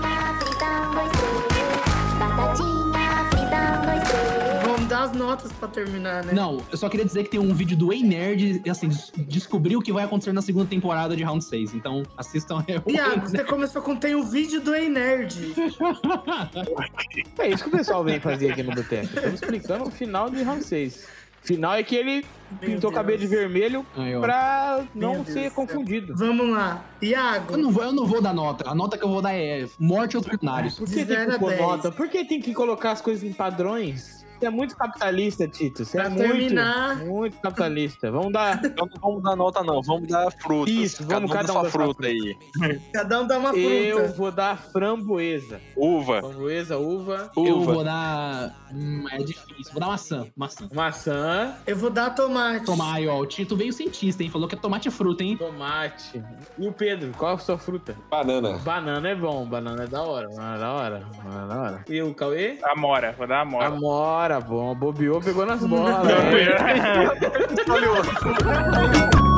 Speaker 7: バカチンなフリダンゴイス
Speaker 6: Vamos dar as notas pra terminar, né?
Speaker 2: Não, eu só queria dizer que tem um vídeo do Ei Nerd, assim, des descobrir o que vai acontecer na segunda temporada de Round 6. Então, assistam. É o-
Speaker 6: Iago, você começou com tem o vídeo do Ei Nerd.
Speaker 1: É isso que o pessoal vem fazer aqui no Boteco. Estamos explicando o final de round 6. Final é que ele pintou o
Speaker 6: Deus.
Speaker 1: cabelo de vermelho
Speaker 2: Aí, ó.
Speaker 1: pra não
Speaker 6: Meu Deus do
Speaker 1: ser
Speaker 6: céu.
Speaker 1: confundido.
Speaker 6: Vamos lá.
Speaker 2: Eu
Speaker 6: Iago,
Speaker 2: não, vou, eu não vou dar nota. A nota que eu vou dar é morte aos bilionários.
Speaker 1: Por
Speaker 6: De
Speaker 1: que tem
Speaker 6: zero a
Speaker 1: que pôr
Speaker 6: dez.
Speaker 1: nota? Por que tem que colocar as coisas em padrões? Você é muito capitalista, Tito. Você é
Speaker 6: pra
Speaker 1: muito,
Speaker 6: terminar,
Speaker 1: muito capitalista. Vamos dar.
Speaker 5: Então não vamos dar nota, não. Vamos dar fruta.
Speaker 1: Isso, vamos cada um
Speaker 5: dá
Speaker 1: dar
Speaker 5: sua
Speaker 1: sua
Speaker 5: fruta aí.
Speaker 6: cada um dá uma
Speaker 1: Eu
Speaker 6: fruta.
Speaker 1: vou dar framboesa.
Speaker 5: Uva.
Speaker 1: Framboesa, uva,
Speaker 2: Eu
Speaker 5: Uva.
Speaker 2: vou dar. Hum, é difícil. Vou dar maçã. Maçã.
Speaker 1: maçã,
Speaker 6: Eu vou dar tomate.
Speaker 2: Tomar, aí, ó. O Tito veio cientista, hein? Falou que é tomate é fruta, hein?
Speaker 1: tomate. E o Pedro, qual a sua fruta?
Speaker 4: Banana.
Speaker 1: Banana é bom, banana é da hora, banana é da hora, banana é da hora. E o Cauê?
Speaker 3: Amora, vou dar amora.
Speaker 1: Amora, bom. Bobeou, pegou nas bolas.
Speaker 3: Não,
Speaker 1: né?
Speaker 3: eu-